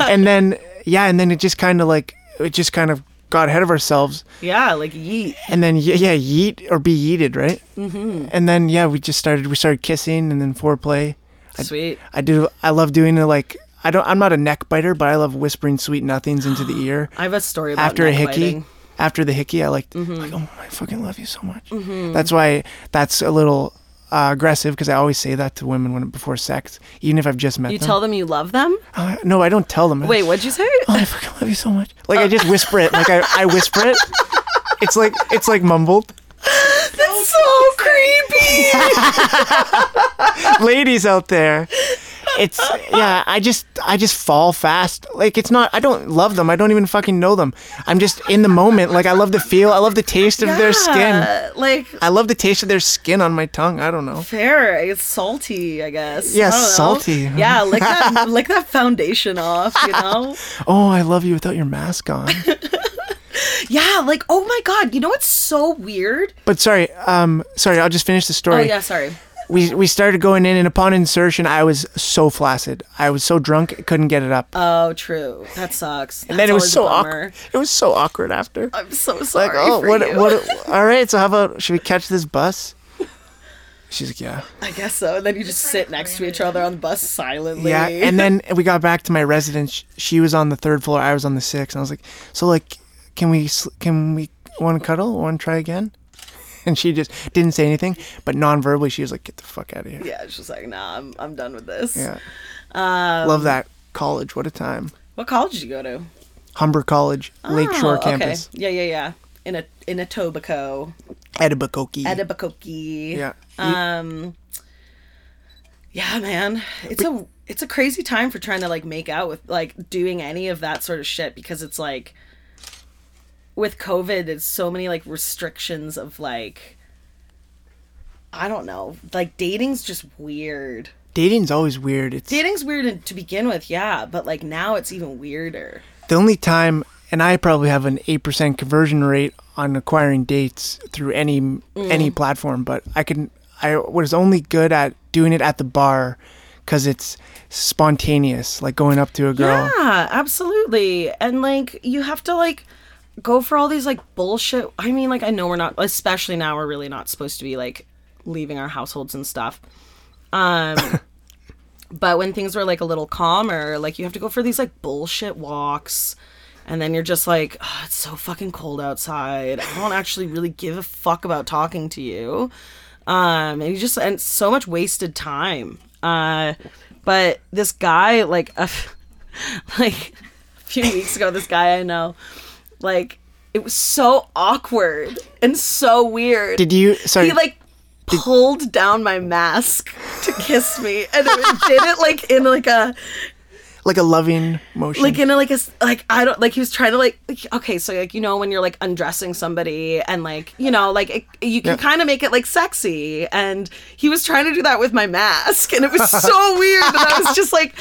B: and then yeah, and then it just kind of like it just kind of got ahead of ourselves,
A: yeah, like yeet.
B: and then yeah, yeah yeet or be yeeted, right? Mm-hmm. And then yeah, we just started we started kissing and then foreplay.
A: Sweet.
B: I do I love doing it like I don't I'm not a neck biter, but I love whispering sweet nothings into the ear
A: [gasps] I have a story about
B: after a
A: neck
B: hickey.
A: biting. Mm-hmm.
B: After the hickey, I like like oh I fucking love you so much. That's why that's a little. Uh, aggressive because I always say that to women when before sex, even if I've just met
A: You
B: them.
A: tell them you love them.
B: Uh, no, I don't tell them.
A: Wait, what'd you say?
B: [laughs] Oh, I fucking love you so much.
A: [laughs]
B: Like I just whisper it. Like I, I whisper it. It's like it's like mumbled.
A: That's so creepy.
B: ladies out there. It's yeah, I just I just fall fast. Like it's not I don't love them. I don't even fucking know them. I'm just in the moment. Like I love the feel. I love the taste of their skin.
A: Yeah, Like
B: I love the taste of their skin on my tongue. I don't know.
A: fair. It's salty, I guess.
B: Yeah,
A: I don't know.
B: salty.
A: Yeah, lick
B: [laughs]
A: that lick that foundation off, you know?
B: Oh, I love you without your mask
A: [laughs]
B: on.
A: yeah, like oh my god, you know what's so weird?
B: But sorry, um sorry, I'll just finish the
A: Oh
B: story.
A: yeah, sorry.
B: We we started going in and upon insertion I was so flaccid. I was so drunk, couldn't get it up.
A: Oh, true. That sucks.
B: and then it was so awkward. It was so awkward after.
A: I'm so sorry.
B: like, oh,
A: for
B: what,
A: you. [laughs]
B: what? All right, so how about should we catch this bus? She's like, yeah,
A: I guess so. And then you just sit next to each other on the bus silently.
B: yeah. And then we got back to my residence. She was on the third floor. I was on the sixth. And I was like, so like, can we sl- can we want to cuddle? Want to try again? [laughs] And she just didn't say anything, but non-verbally, she was like, get the fuck out of here.
A: [laughs] yeah, it's just like, nah, I'm, I'm done with this.
B: Yeah,
A: Um,
B: love that college. What a time.
A: What college did you go to?
B: Humber College, Lakeshore
A: Oh,
B: campus,
A: Okay. Yeah, yeah, yeah. In a in Etobicoke,
B: Etobicoke.
A: Etobicoke.
B: yeah.
A: Um. Yeah, man, it's a it's a crazy time for trying to like make out with like doing any of that sort of shit because it's like with COVID, it's so many like restrictions of like I don't know, like dating's just weird.
B: Dating's always weird. It's
A: Dating's weird to begin with, yeah, but like now it's even weirder.
B: The only time, and I probably have an eight percent conversion rate on acquiring dates through any
A: Mm.
B: any platform, but I can I was only good at doing it at the bar because it's spontaneous, like going up to a girl.
A: Yeah, absolutely. And like you have to like go for all these like bullshit. I mean, like I know we're not especially now we're really not supposed to be like leaving our households and stuff. Um but when things were like a little calmer, like you have to go for these like bullshit walks. And then you're just like, "Ugh, it's so fucking cold outside. I don't actually really give a fuck about talking to you. Um, and you just, and so much wasted time. Uh, but this guy, like, [laughs] a f- like a few weeks ago, this guy I know, like, it was so awkward and so weird.
B: Did you? Sorry.
A: He like pulled down my mask to kiss me, and it did
B: [laughs]
A: it like in like a
B: like a loving motion.
A: like in a, like a s- like I don't like he was trying to like like, okay so like you know when you're like undressing somebody and like you know like it, you can
B: Yeah.
A: kind of make it like sexy and he was trying to do that with my mask and it was
B: [laughs]
A: so weird and I was just like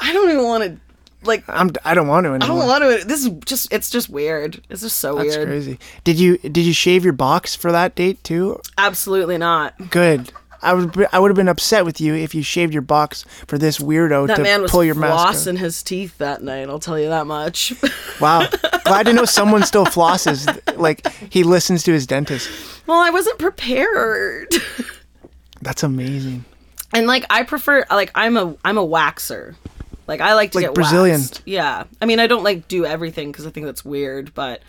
A: I don't even want to like I
B: I'm. I don't want to anymore.
A: don't want to this is just it's just weird it's just so
B: That's
A: weird
B: crazy. Did you? Did you shave your box for that date too?
A: absolutely not
B: Good. I would. be- I would have been upset with you if you shaved your box for this weirdo
A: that
B: to
A: man was
B: pull your mask. up.
A: floss in his teeth that night I'll tell you that much. [laughs]
B: Wow. Glad to know someone still flosses. Like he listens to his dentist.
A: Well, I wasn't prepared. [laughs]
B: That's amazing.
A: and like I prefer like I'm a I'm a waxer. Like I like to
B: Like
A: get
B: Brazilian.
A: waxed. Yeah. I mean, I don't like do everything cuz I think that's weird, but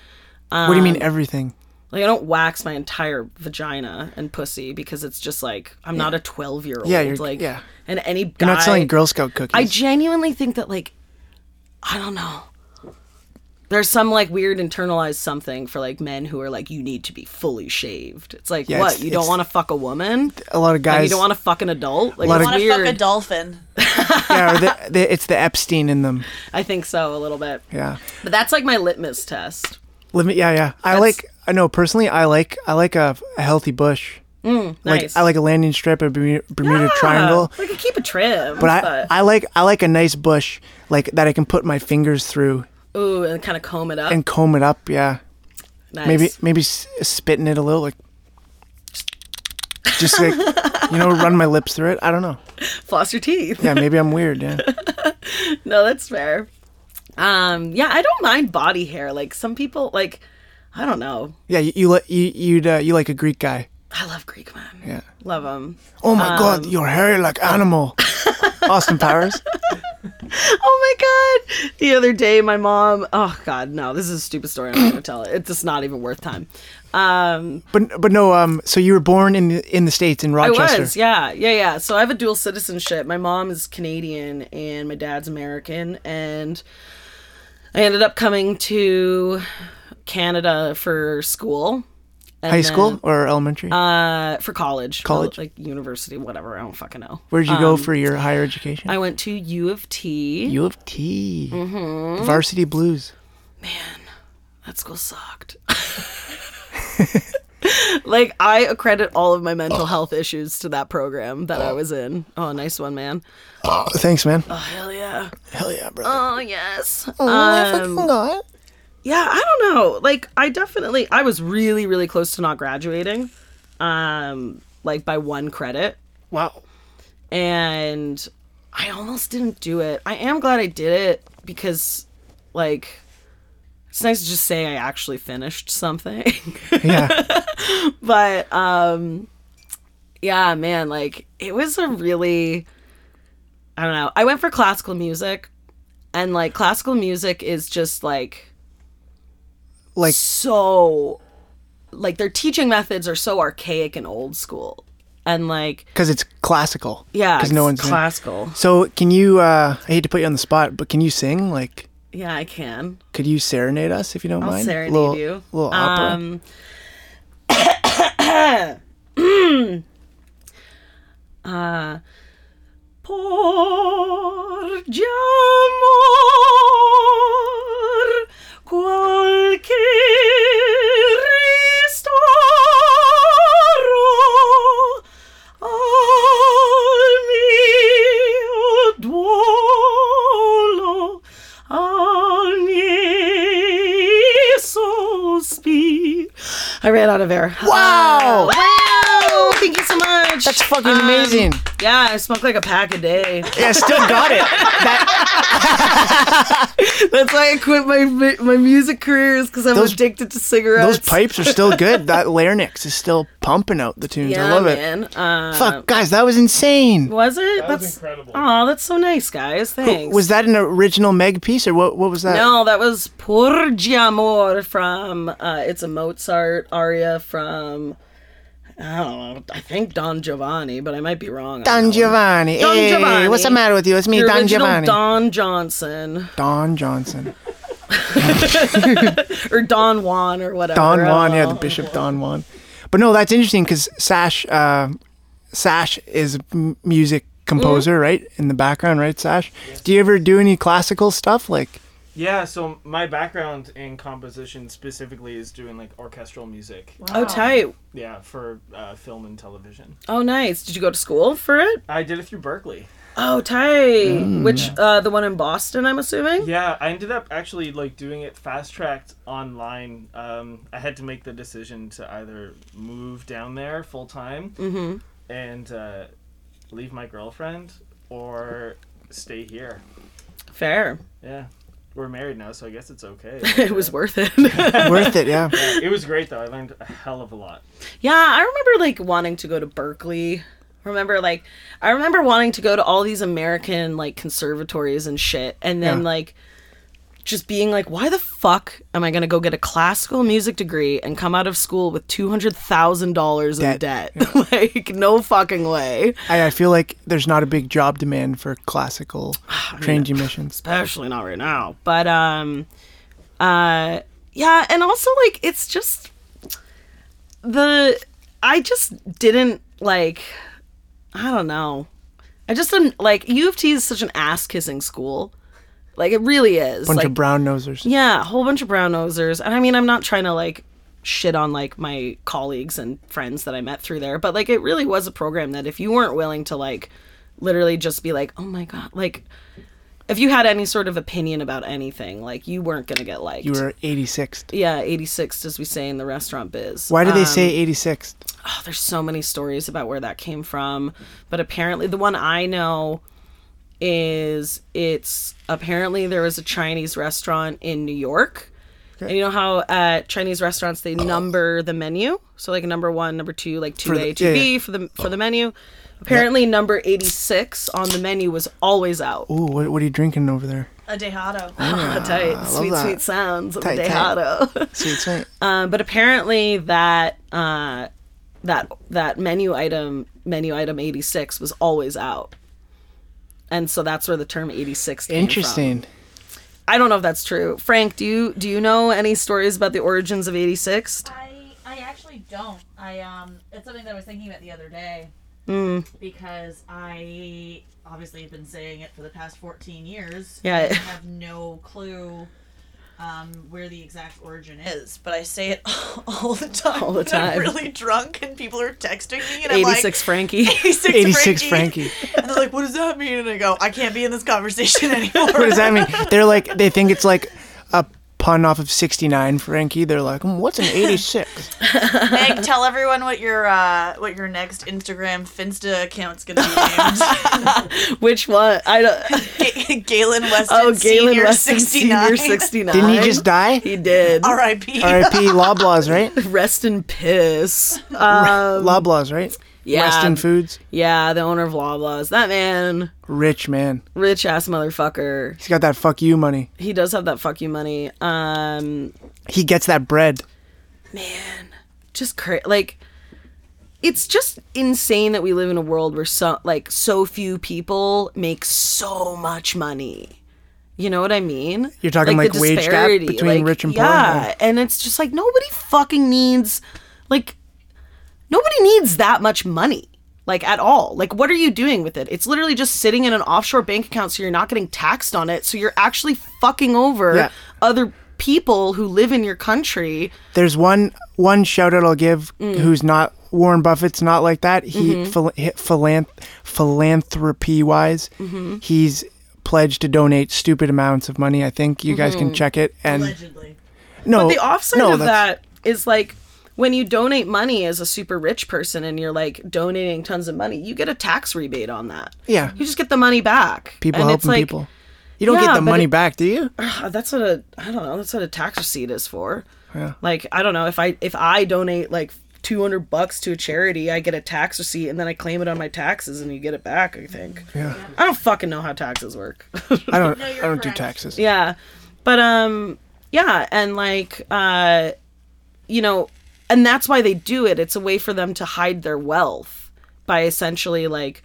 B: what do
A: Um,
B: you mean everything?
A: like I don't wax my entire vagina and pussy because it's just like I'm not a 12-year-old
B: Yeah, you're-
A: like
B: yeah.
A: and any guy
B: You're not selling Girl Scout cookies.
A: I genuinely think that like I don't know. There's some like weird internalized something for like men who are like you need to be fully shaved. It's like
B: Yeah,
A: what?
B: it's-
A: you don't
B: it's-
A: want to fuck a woman?
B: a lot of
A: Like, you
B: guys.
A: don't want to fuck an adult? Like
B: lot
A: it's
B: of-
C: want to
A: weird.
C: fuck a dolphin.
B: [laughs] yeah, or the,
A: [laughs]
B: the, it's the Epstein in them.
A: I think so a little bit.
B: Yeah.
A: But that's like my litmus test.
B: Let me. Yeah, yeah. I like. I know personally. I like. I like a, a healthy bush.
A: Nice.
B: Like I like a landing strip, a Bermuda, Bermuda
A: Yeah,
B: Triangle.
A: Like I keep it trim,
B: But I, I like I like a nice bush like that I can put my fingers through
A: ooh, and kind of comb it up.
B: and comb it up. Yeah,
A: nice.
B: maybe maybe s- spitting it a little like just like you know run my lips through it. I don't know.
A: floss your teeth.
B: Yeah, maybe I'm weird. Yeah.
A: [laughs] No, that's fair. Um, yeah, I don't mind body hair. Like some people, like I don't know.
B: Yeah, you, you like you you'd uh, you like a Greek guy.
A: I love Greek men.
B: Yeah.
A: Love them.
B: Oh my
A: Um,
B: God, you're hairy like animal. Austin Powers.
A: [laughs] Oh my god! The other day, my mom. Oh god, no, this is a stupid story. I'm not gonna tell it. It's just not even worth time. Um,
B: But but no. Um. So you were born in the, in the states in
A: I
B: Rochester.
A: was, yeah, yeah, yeah. So I have a dual citizenship. My mom is Canadian and my dad's American, and I ended up coming to Canada for school, And
B: High school
A: then,
B: or elementary?
A: Uh, for college.
B: College.
A: Like university, whatever. I don't fucking know.
B: Where'd you go for your higher education?
A: um, I went to U of T.
B: U of T. Mm-hmm. Varsity Blues.
A: that school sucked. [laughs] like I accredit all of my mental health issues to that program that I was in. Oh, nice one, man.
B: Thanks, man.
A: Oh, hell yeah.
B: Hell yeah, brother.
A: Oh yes.
B: fucking
A: um,
B: got.
A: yeah, I don't know. Like I definitely I was really really close to not graduating. Um like by one credit
B: Wow.
A: and I almost didn't do it. I am glad I did it because like it's nice to just say I actually finished something. [laughs]
B: Yeah.
A: but um yeah man like it was a really i don't know i went for classical music and like classical music is just like
B: Like
A: so like their teaching methods are so archaic and old school and like
B: because it's classical.
A: yeah
B: Because no
A: it's
B: one's
A: classical
B: So can you? uh I hate to put you on the spot, but can you sing? Like,
A: yeah i can
B: could you serenade us if you don't
A: i'll
B: mind?
A: serenade
B: little,
A: you
B: Little opera.
A: [coughs] um Ah. Porge amor qual che ristoro al mio duolo al miei sospir I ran out of air. Uh,
B: Wow!
A: wow! Thank you so much.
B: That's fucking
A: Um,
B: amazing.
A: Yeah, I smoke like a pack a day.
B: Yeah, still got it.
A: [laughs]
B: That,
A: That's why I quit my my music career is because I'm
B: Those-
A: addicted to cigarettes.
B: those pipes are still good. That larynx is still pumping out the tunes.
A: Yeah,
B: I love it.
A: man. Uh,
B: Fuck, guys, that was insane.
A: Was it?
E: That was incredible.
A: Oh, that's so nice, guys. Thanks.
B: Was that an original Meg piece or what? What was
A: [laughs]
B: that?
A: no, that was Porgi Amor from, uh, it's a Mozart aria from, I don't know, I think Don Giovanni, but I might be wrong. on that
B: Don
A: one.
B: Giovanni.
A: Don
B: hey,
A: Giovanni.
B: What's the matter with you? It's me,
A: The
B: Don
A: original
B: Giovanni.
A: Don Johnson.
B: Don Johnson.
A: or Don Juan or whatever.
B: Don
A: I don't
B: Juan. Yeah, the
A: know.
B: Bishop Don Juan. But no, that's interesting because Sash, uh, Sash is a m- music composer,
A: Mm-hmm.
B: right? In the background, right, Sash? Do you ever do any classical stuff? Like,
E: Yeah, so my background in composition specifically is doing like orchestral music.
A: Oh, tight.
E: Yeah, for uh, film and television.
A: Oh, nice. Did you go to school for it?
E: I did it through Berkeley.
A: Oh, tight.
B: Mm.
A: Which, uh, the one in Boston, I'm assuming?
E: Yeah, I ended up actually like doing it fast tracked online. Um, I had to make the decision to either move down there full time and uh, leave my girlfriend or stay here.
A: Fair.
E: Yeah, we're married now, so I guess it's okay.
A: [laughs] It was worth
B: [laughs]
A: it.
B: worth
A: [laughs]
B: it, yeah.
E: it was great though. I learned a hell of a lot.
A: Yeah, I remember like wanting to go to Berkeley. Remember like I remember wanting to go to all these American like conservatories and shit and then
B: Yeah.
A: like just being like why the fuck am I going to go get a classical music degree and come out of school with $200,000 in
B: Debt.
A: debt? [laughs] like no fucking way.
B: I, I feel like there's not a big job demand for
A: [sighs]
B: classical trained musicians.
A: especially not right now. But um, uh, yeah, and also like it's just the I just didn't like I don't know. I just didn't like U of T is such an ass kissing school. Like it really is.
B: Bunch
A: like,
B: of brown nosers.
A: yeah, a whole bunch of brown nosers. And I mean, I'm not trying to like shit on like my colleagues and friends that I met through there, but like it really was a program that if you weren't willing to like literally just be like, "Oh my god," like if you had any sort of opinion about anything, like you weren't going to get liked.
B: You were 86th.
A: yeah, 86 as we say in the restaurant biz.
B: Why do they
A: Um,
B: say 86th?
A: oh, there's so many stories about where that came from, but apparently the one I know is it's apparently there was a Chinese restaurant in New York. And you know how at Chinese restaurants they number the menu, so like number one, number two, like two
B: the-
A: A, two
B: yeah, Oh.
A: B for the for the menu. Apparently, number eighty six on the menu was always out.
B: Ooh, what, what are you drinking over there?
C: A Dejado.
A: [laughs] tight, sweet,
B: that.
A: sweet sounds of
B: Tight, tight.
A: [laughs] Dejado.
B: Sweet, sweet.
A: Um, but apparently that uh, that that menu item menu item 86 was always out. And so that's where the term 86 came from.
B: Interesting.
A: I don't know if that's true. Frank, do you do you know any stories about the origins of 86?
D: I I actually
C: don't. I um, it's something that I was thinking about the other day.
A: Hmm.
C: Because I obviously have been saying it for the past 14 years.
A: Yeah.
C: and I have no clue um, where the exact origin is, but I say it [laughs] all the time.
A: All the
C: when [laughs] I'm
A: time.
C: really drunk and people are texting me, and I'm like, [laughs]
A: 86 Frankie. [laughs]
C: 86, [laughs]
B: 86
C: Frankie.
B: Frankie.
C: And they're like, what does that mean? And I go, I can't be in this conversation [laughs] anymore.
B: What does that mean? They're like they think it's like a pun off of 69 Frankie. They're like, "Hmm, "What's an 86?"
C: Meg, tell everyone what your uh, what your next Instagram Finsta account's gonna
A: [laughs]
C: be
A: Which one? I
C: [laughs]
A: don't.
C: named. Ga- Galen Weston
A: Oh, Galen
C: Senior
A: Weston,
C: sixty
A: senior
C: nine. [laughs]
A: 69.
B: Didn't he just die?
A: He did.
C: R.I.P.
B: R.I.P. Loblaws, right?
A: Rest in
C: [laughs]
A: piss.
B: Loblaws, right?
A: yeah.
B: Weston Foods.
A: Yeah, the owner of Loblaws. That man,
B: Rich man.
A: rich ass motherfucker.
B: He's got that fuck you money.
A: He does have that fuck you money. Um,
B: He gets that bread.
A: just cra- like it's just insane that we live in a world where so like so few people make so much money. You know what I mean?
B: You're talking,
A: the
B: like, wage gap
A: disparity,
B: between rich and poor?
A: Yeah,
B: Yeah.
A: and it's just like nobody fucking needs like nobody needs that much money like at all like what are you doing with it it's literally just sitting in an offshore bank account so you're not getting taxed on it so you're actually fucking over
B: Yeah.
A: other people who live in your country
B: There's one one shout out I'll give
A: Mm.
B: who's not Warren Buffett's not like that. He
A: Mm-hmm.
B: phil- he- philan- philanthropy wise,
A: Mm-hmm.
B: he's pledged to donate stupid amounts of money. I think you guys
A: Mm-hmm.
B: can check it. And
C: Allegedly.
B: no,
A: the offside
B: no,
A: of
B: that's-
A: that is like when you donate money as a super rich person and you're like donating tons of money, you get a tax rebate on that.
B: Yeah.
A: You just get the money back.
B: People
A: and it's
B: helping
A: like,
B: people. You don't
A: Yeah,
B: get the
A: but
B: money
A: it-
B: back, do you?
A: "Ah, that's what a I don't know, that's what a tax receipt is for.
B: Yeah.
A: Like, I don't know, if I if I donate like 200 bucks to a charity, I get a tax receipt and then I claim it on my taxes and you get it back, I think. [laughs] Yeah. I don't fucking know how taxes work. [laughs]
B: I don't. I
C: you're
B: don't do
C: correct.
B: taxes.
A: Yeah. But um yeah, and like uh you know, and that's why they do it. It's a way for them to hide their wealth by essentially like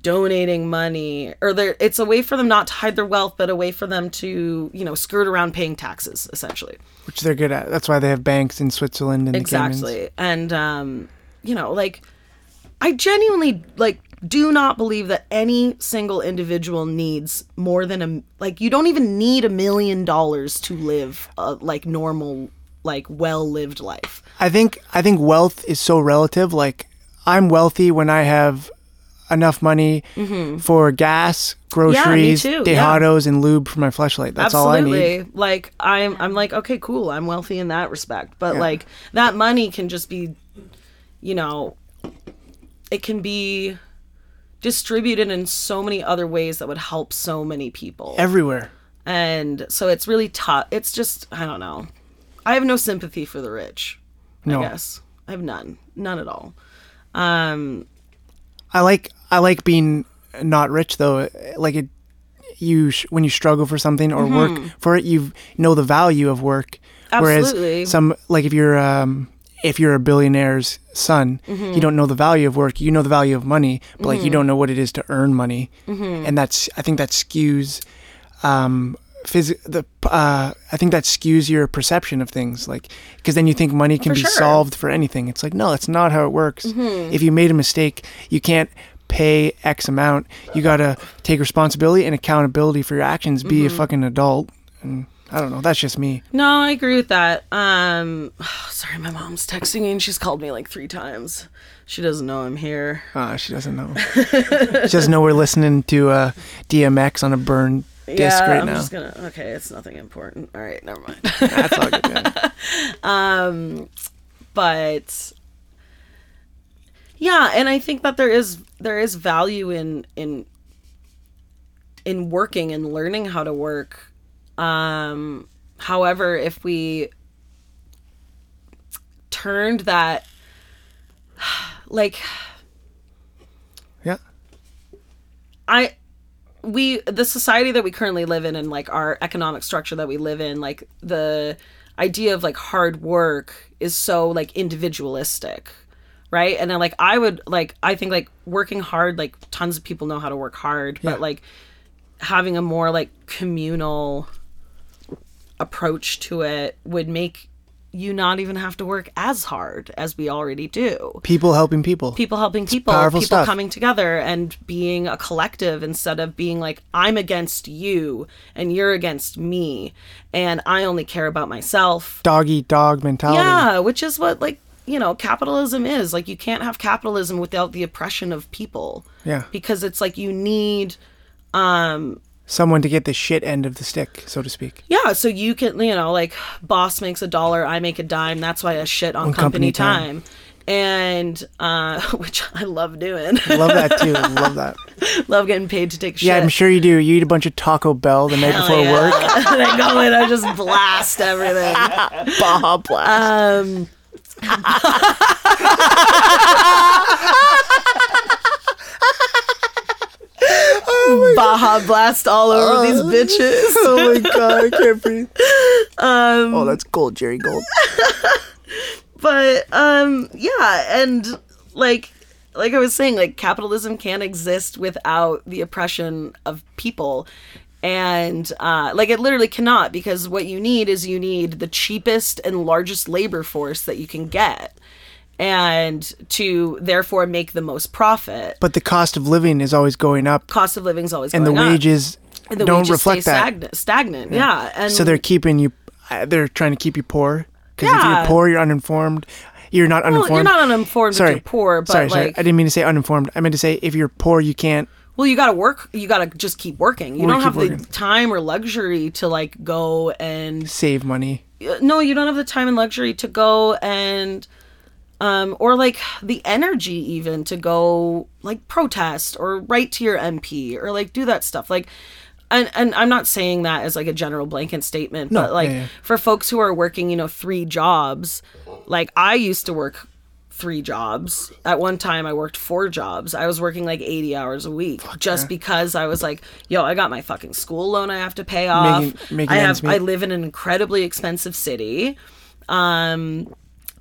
A: donating money or they it's a way for them not to hide their wealth but a way for them to you know skirt around paying taxes essentially
B: which they're good at. That's why they have banks in Switzerland and the Caymans.
A: exactly and um you know like i genuinely like do not believe that any single individual needs more than a like you don't even need a million dollars to live a like normal like well lived life
B: I think I think wealth is so relative. Like I'm wealthy when I have enough money for gas, groceries,
A: Mm-hmm. too, yeah.
B: dejados, and lube for my flashlight. That's all I need.
A: absolutely like i'm i'm like okay cool i'm wealthy in that respect but like that money can just be you know it can be distributed in so many other ways that would help so many people
B: Everywhere.
A: and so it's really tough. It's just I don't know. I have no sympathy for the rich.
B: No.
A: I guess I have none, none at all.
B: I like I like being not rich though. Like it, you sh- when you struggle for something or work for it, you know the value of work.
A: Absolutely.
B: Whereas some like if you're um if you're a billionaire's son, you don't know the value of work. You know the value of money, but like you don't know what it is to earn money, and that's I think that skews. Um, Phys- the uh, I think that skews your perception of things, like because then you think money can be
A: sure. Mm-hmm.
B: solved solved for anything. It's like, no, that's not how it works. If you made a mistake, you can't pay X amount. You gotta take responsibility and accountability for your actions. Be a
A: Mm-hmm.
B: fucking adult. And I don't know. That's just me.
A: No, I agree with that. Um, [sighs] sorry, my mom's texting me and she's called me like three times. She doesn't know I'm here.
B: Ah, she
A: [laughs]
B: doesn't know. she doesn't know we're listening to uh, DMX on a burn disc
A: yeah,
B: right
A: I'm
B: now.
A: just gonna. Okay, it's nothing important. All right, never mind.
B: That's all good.
A: [laughs]
B: yeah.
A: but yeah and i think that there is there is value in in in working and learning how to work um however if we turned that [sighs] like
B: yeah.
A: I we the society that we currently live in and like our economic structure that we live in like the idea of like hard work is so like individualistic right and then like i would like i think like working hard like tons of people know how to work hard
B: Yeah.
A: but like having a more like communal approach to it would make you not even have to work as hard as we already do.
B: People helping people.
A: People helping people,
B: powerful
A: people
B: stuff.
A: coming together and being a collective instead of being like, I'm against you and you're against me and I only care about myself
B: Dog eat dog mentality.
A: yeah, which is what like you know capitalism is. Like you can't have capitalism without the oppression of people.
B: Yeah.
A: Because it's like you need
B: Someone to get the shit end of the stick, so to speak.
A: yeah, so you can you know like boss makes a dollar, I make a dime. That's why I shit on,
B: company
A: company,
B: time.
A: time. And uh, [laughs] which I love doing.
B: Love that too. Love that.
A: [laughs] love getting paid to take shit.
B: Yeah, I'm sure you do. You eat a bunch of Taco Bell the night before
A: [laughs]
B: work.
A: and I go in, I just
B: [laughs]
A: blast everything. Um,
C: Baja Blast.
B: [laughs]
A: Baja blast all over these bitches.
B: [laughs] Oh my god, I can't breathe. [laughs] Um, oh, that's gold, Jerry Gold.
A: but um yeah and like like i was saying like capitalism can't exist without the oppression of people and uh like it literally cannot because what you need is you need the cheapest and largest labor force that you can get and to therefore make the most profit
B: But the cost of living is always going up,
A: cost of living's always
B: and the
A: going up.
B: wages
A: And the
B: don't
A: wages
B: reflect
A: stay
B: that.
A: stagnant, stagnant yeah, and
B: So they're keeping you. uh, They're trying to keep you poor because if you're
A: Yeah.
B: poor, you're uninformed. You're not
A: well,
B: uninformed.
A: you're not uninformed
B: sorry,
A: if you're poor but
B: sorry,
A: like
B: sorry. I didn't mean to say uninformed. I meant to say if you're poor, you can't.
A: Well, you got to work. You got to just keep working. You
B: Or
A: don't
B: keep
A: have
B: working.
A: the time or luxury to like go and
B: save money.
A: uh, no, you don't have the time and luxury to go and um or like the energy even to go like protest or write to your MP or like do that stuff. Like and and I'm not saying that as like a general blanket statement, but like
B: yeah, yeah.
A: for folks who are working, you know, three jobs, like I used to work three jobs. At one time I worked four jobs. I was working like 80 hours a week just because I was like, yo, I got my fucking school loan I have to pay off.
B: making
A: I
B: ends
A: have
B: meet.
A: I live in an incredibly expensive city. Um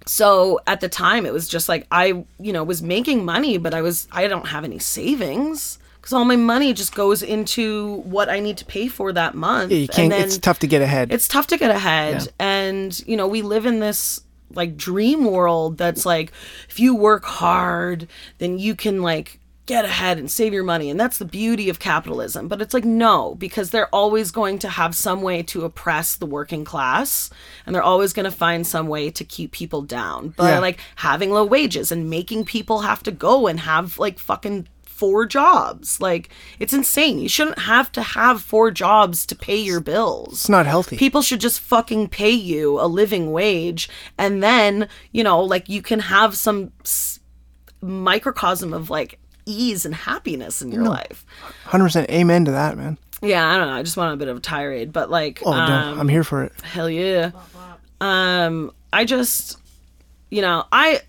A: so at the time it was just like I, you know, was making money, but I was I don't have any savings cuz all my money just goes into what I need to pay for that month.
B: Yeah, you can't. it's tough to get ahead.
A: it's tough to get ahead and you know we live in this like dream world that's like if you work hard then you can like get ahead and save your money and that's the beauty of capitalism but it's like no because they're always going to have some way to oppress the working class and they're always going to find some way to keep people down but
B: Yeah.
A: like having low wages and making people have to go and have like fucking four jobs like it's insane you shouldn't have to have four jobs to pay your bills
B: It's not healthy.
A: people should just fucking pay you a living wage and then you know like you can have some s- microcosm of like ease and happiness in your life
B: Hundred percent. Amen to that, man.
A: yeah i don't know i just want a bit of a tirade but like
B: Oh,
A: um,
B: no, I'm here for it.
A: hell yeah um i just you know i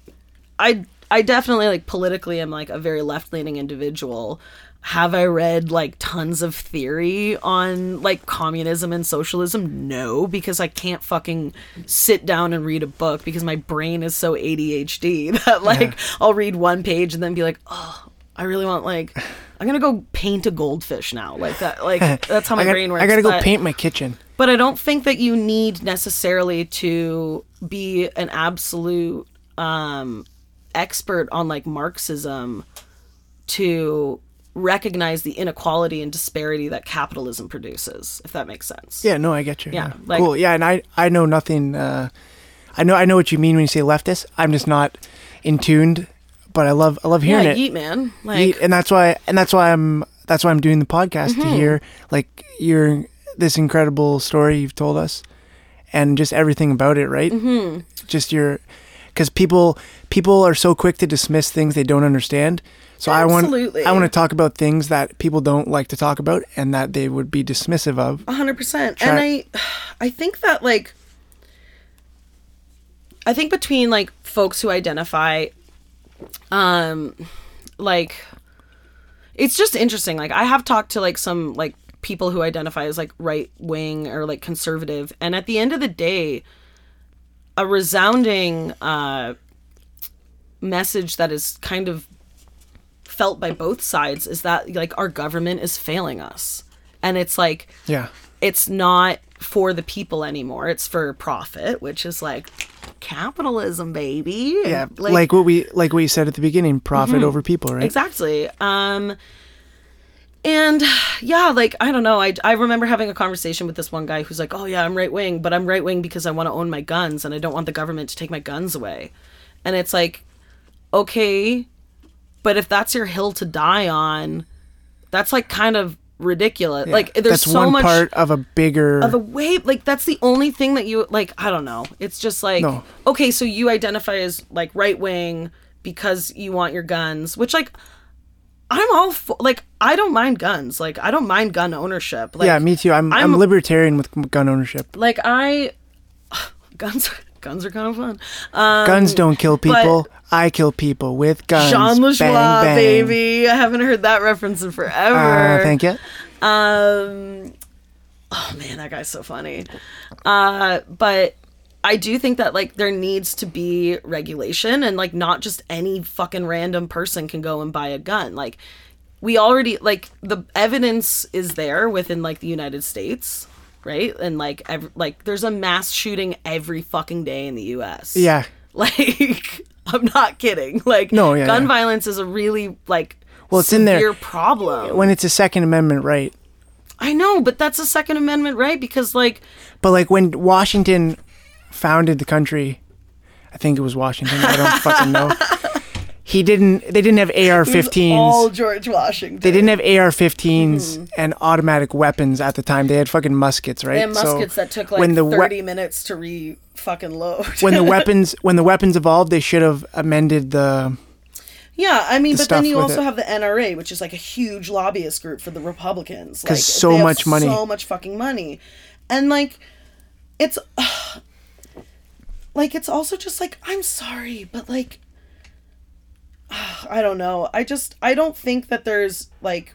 A: i i definitely like politically am like a very left-leaning individual have i read like tons of theory on like communism and socialism no because i can't fucking sit down and read a book because my brain is so adhd [laughs] that like i'll read one page and then be like oh i really want like i'm gonna go paint a goldfish now like that like
B: [laughs]
A: that's how my
B: I got,
A: brain works
B: I gotta go
A: but-
B: paint my kitchen.
A: but I don't think that you need necessarily to be an absolute um, expert on like Marxism to recognize the inequality and disparity that capitalism produces, if that makes sense.
B: Yeah, no, I get you.
A: Yeah, like-
B: cool. Yeah, and I, I know nothing. Uh, I know, I know what you mean when you say leftist. I'm just not in tuned, but I love, I love hearing
A: yeah
B: it.
A: yeet, man. Like, Mm-hmm.
B: Yeet, and that's why, and that's why I'm, that's why I'm doing the podcast to hear like your this incredible story you've told us, and just everything about it, right? Mm-hmm. Just your, because people, people are so quick to dismiss things they don't understand. So
A: Absolutely.
B: I want, I want to talk about things that people don't like to talk about, and that they would be dismissive of.
A: hundred percent. And I, I think that like, I think between like folks who identify, um, like, it's just interesting. Like I have talked to like some like people who identify as like right wing or like conservative, and at the end of the day, a resounding uh, message that is kind of felt by both sides is that like our government is failing us, and it's like
B: Yeah.
A: it's not for the people anymore. It's for profit, which is like capitalism, baby.
B: Yeah, like, what we like what you said at the beginning, profit
A: Mm-hmm.
B: over people, right?
A: Exactly. Um and yeah, like I don't know. I I remember having a conversation with this one guy who's like, "Oh yeah, I'm right wing, but I'm right wing because I want to own my guns and I don't want the government to take my guns away." And it's like, "Okay, but if that's your hill to die on, that's like kind of ridiculous. like there's
B: that's
A: so
B: one
A: much
B: part of a bigger.
A: of a way like that's the only thing that you like i don't know it's just like
B: No.
A: okay so you identify as like right wing because you want your guns which like i'm all for like i don't mind guns like i don't mind gun ownership like
B: yeah, me too. I'm, I'm
A: I'm-
B: libertarian with gun ownership.
A: like i [sighs] guns guns are kind of fun
B: Guns don't kill people. I kill people with guns.
A: Um, jean
B: Bang,
A: lajoie
B: bang.
A: baby i haven't heard that reference in forever
B: Uh, thank you.
A: Um, oh man, that guy's so funny. Uh, but I do think that like there needs to be regulation and like not just any fucking random person can go and buy a gun. Like we already like the evidence is there within like the United States, right? And like ev- like there's a mass shooting every fucking day in the U.S.
B: Yeah.
A: [laughs] like. I'm not kidding. Like,
B: No, yeah,
A: gun
B: yeah.
A: violence is a really like
B: Well, it's in there.
A: severe problem.
B: When it's a Second Amendment right,
A: I know, but that's a Second Amendment right because, like,
B: but like when Washington founded the country, I think it was Washington. I don't fucking
A: [laughs]
B: know. He didn't. They didn't have AR-15s.
A: George Washington.
B: they didn't have AR-15s and automatic weapons at the time. They had fucking muskets, right?
A: Hmm. They had muskets
B: So
A: that took like
B: when the we-
A: thirty minutes to re fucking load.
B: when
A: [laughs]
B: the weapons when the weapons evolved, they should have amended the
A: yeah, I mean, but
B: stuff
A: then you
B: with
A: also
B: it.
A: have the NRA, which is like a huge lobbyist group for the Republicans.
B: 'Cause
A: Like,
B: so
A: they have
B: much money.
A: so much fucking money, and like, it's [sighs] like it's also just like I'm sorry, but like, [sighs] I don't know. I just I don't think that there's like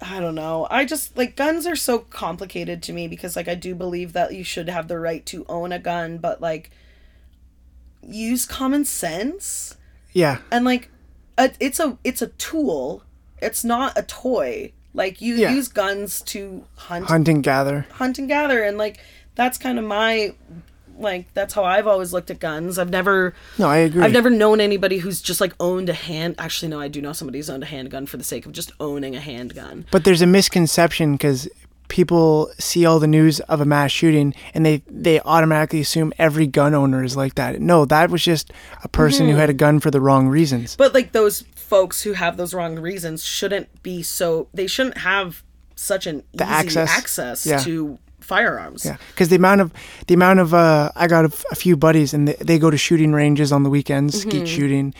A: I don't know. I just like guns are so complicated to me because like I do believe that you should have the right to own a gun, but like use common sense
B: yeah.
A: and like a, it's a it's a tool. It's not a toy. Like you
B: Yeah.
A: use guns to hunt
B: Hunt and gather.
A: hunt and gather and like that's kind of my like that's how I've always looked at guns. I've never
B: No, I agree.
A: I've never known anybody who's just like owned a hand. Actually, no, I do know somebody who's owned a handgun for the sake of just owning a handgun.
B: But there's a misconception because people see all the news of a mass shooting and they, they automatically assume every gun owner is like that. No, that was just a person who had a gun for the wrong reasons.
A: But like those folks who have those wrong reasons shouldn't be so. They shouldn't have such an easy access,
B: access. Yeah.
A: to firearms.
B: Yeah, because the amount of the amount of uh, I got a, f- a few buddies and they, they go to shooting ranges on the weekends, skeet shooting,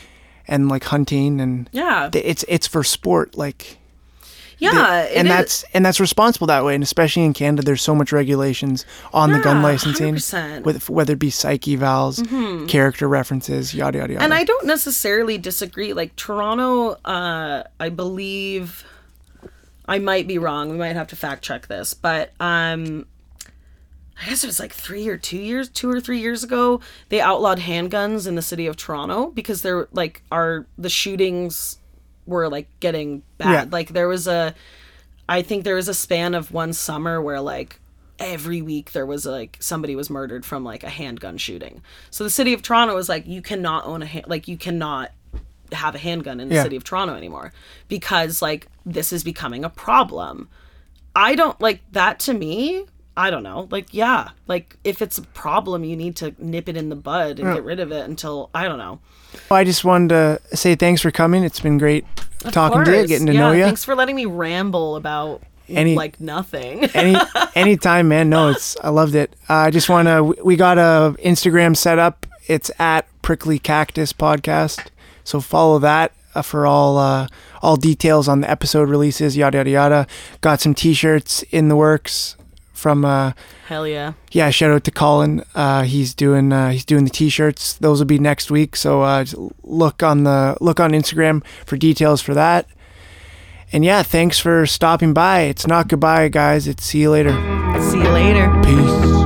B: and like hunting and
A: Yeah.
B: th- it's it's for sport like
A: Yeah, it
B: and
A: is-
B: that's and that's responsible that way and especially in canada there's so much regulations on the gun
A: Yeah,
B: licensing
A: 100%.
B: with whether it be psyche valves character references yada yada yada
A: Mm-hmm. And I don't necessarily disagree. Like Toronto, uh, I believe I might be wrong. We might have to fact check this, but um, I guess it was like three or two years, two or three years ago, they outlawed handguns in the city of Toronto because they're like our the shootings were like getting bad.
B: Yeah.
A: Like there was a, I think there was a span of one summer where like every week there was like somebody was murdered from like a handgun shooting. So the city of Toronto was like, you cannot own a hand, like you cannot have a handgun in the
B: Yeah.
A: city of Toronto anymore because like this is becoming a problem. I don't like that to me. I don't know. Like, yeah, like if it's a problem, you need to nip it in the bud and get rid of it until I don't know.
B: Well, I just wanted to say thanks for coming it's been great talking to you
A: Course.
B: getting to
A: yeah,
B: know you
A: Thanks for letting me ramble about
B: Any-
A: like nothing.
B: any anytime man no it's i loved it uh, i just want to we got a instagram set up it's at prickly cactus podcast so follow that uh, for all uh, all details on the episode releases yada yada yada got some t-shirts in the works from uh
A: [laughs] Hell yeah.
B: yeah shout out to colin uh he's doing uh he's doing the t-shirts those will be next week so uh just look on the look on instagram for details for that and yeah thanks for stopping by it's not goodbye guys it's see you later
A: See you later.
B: peace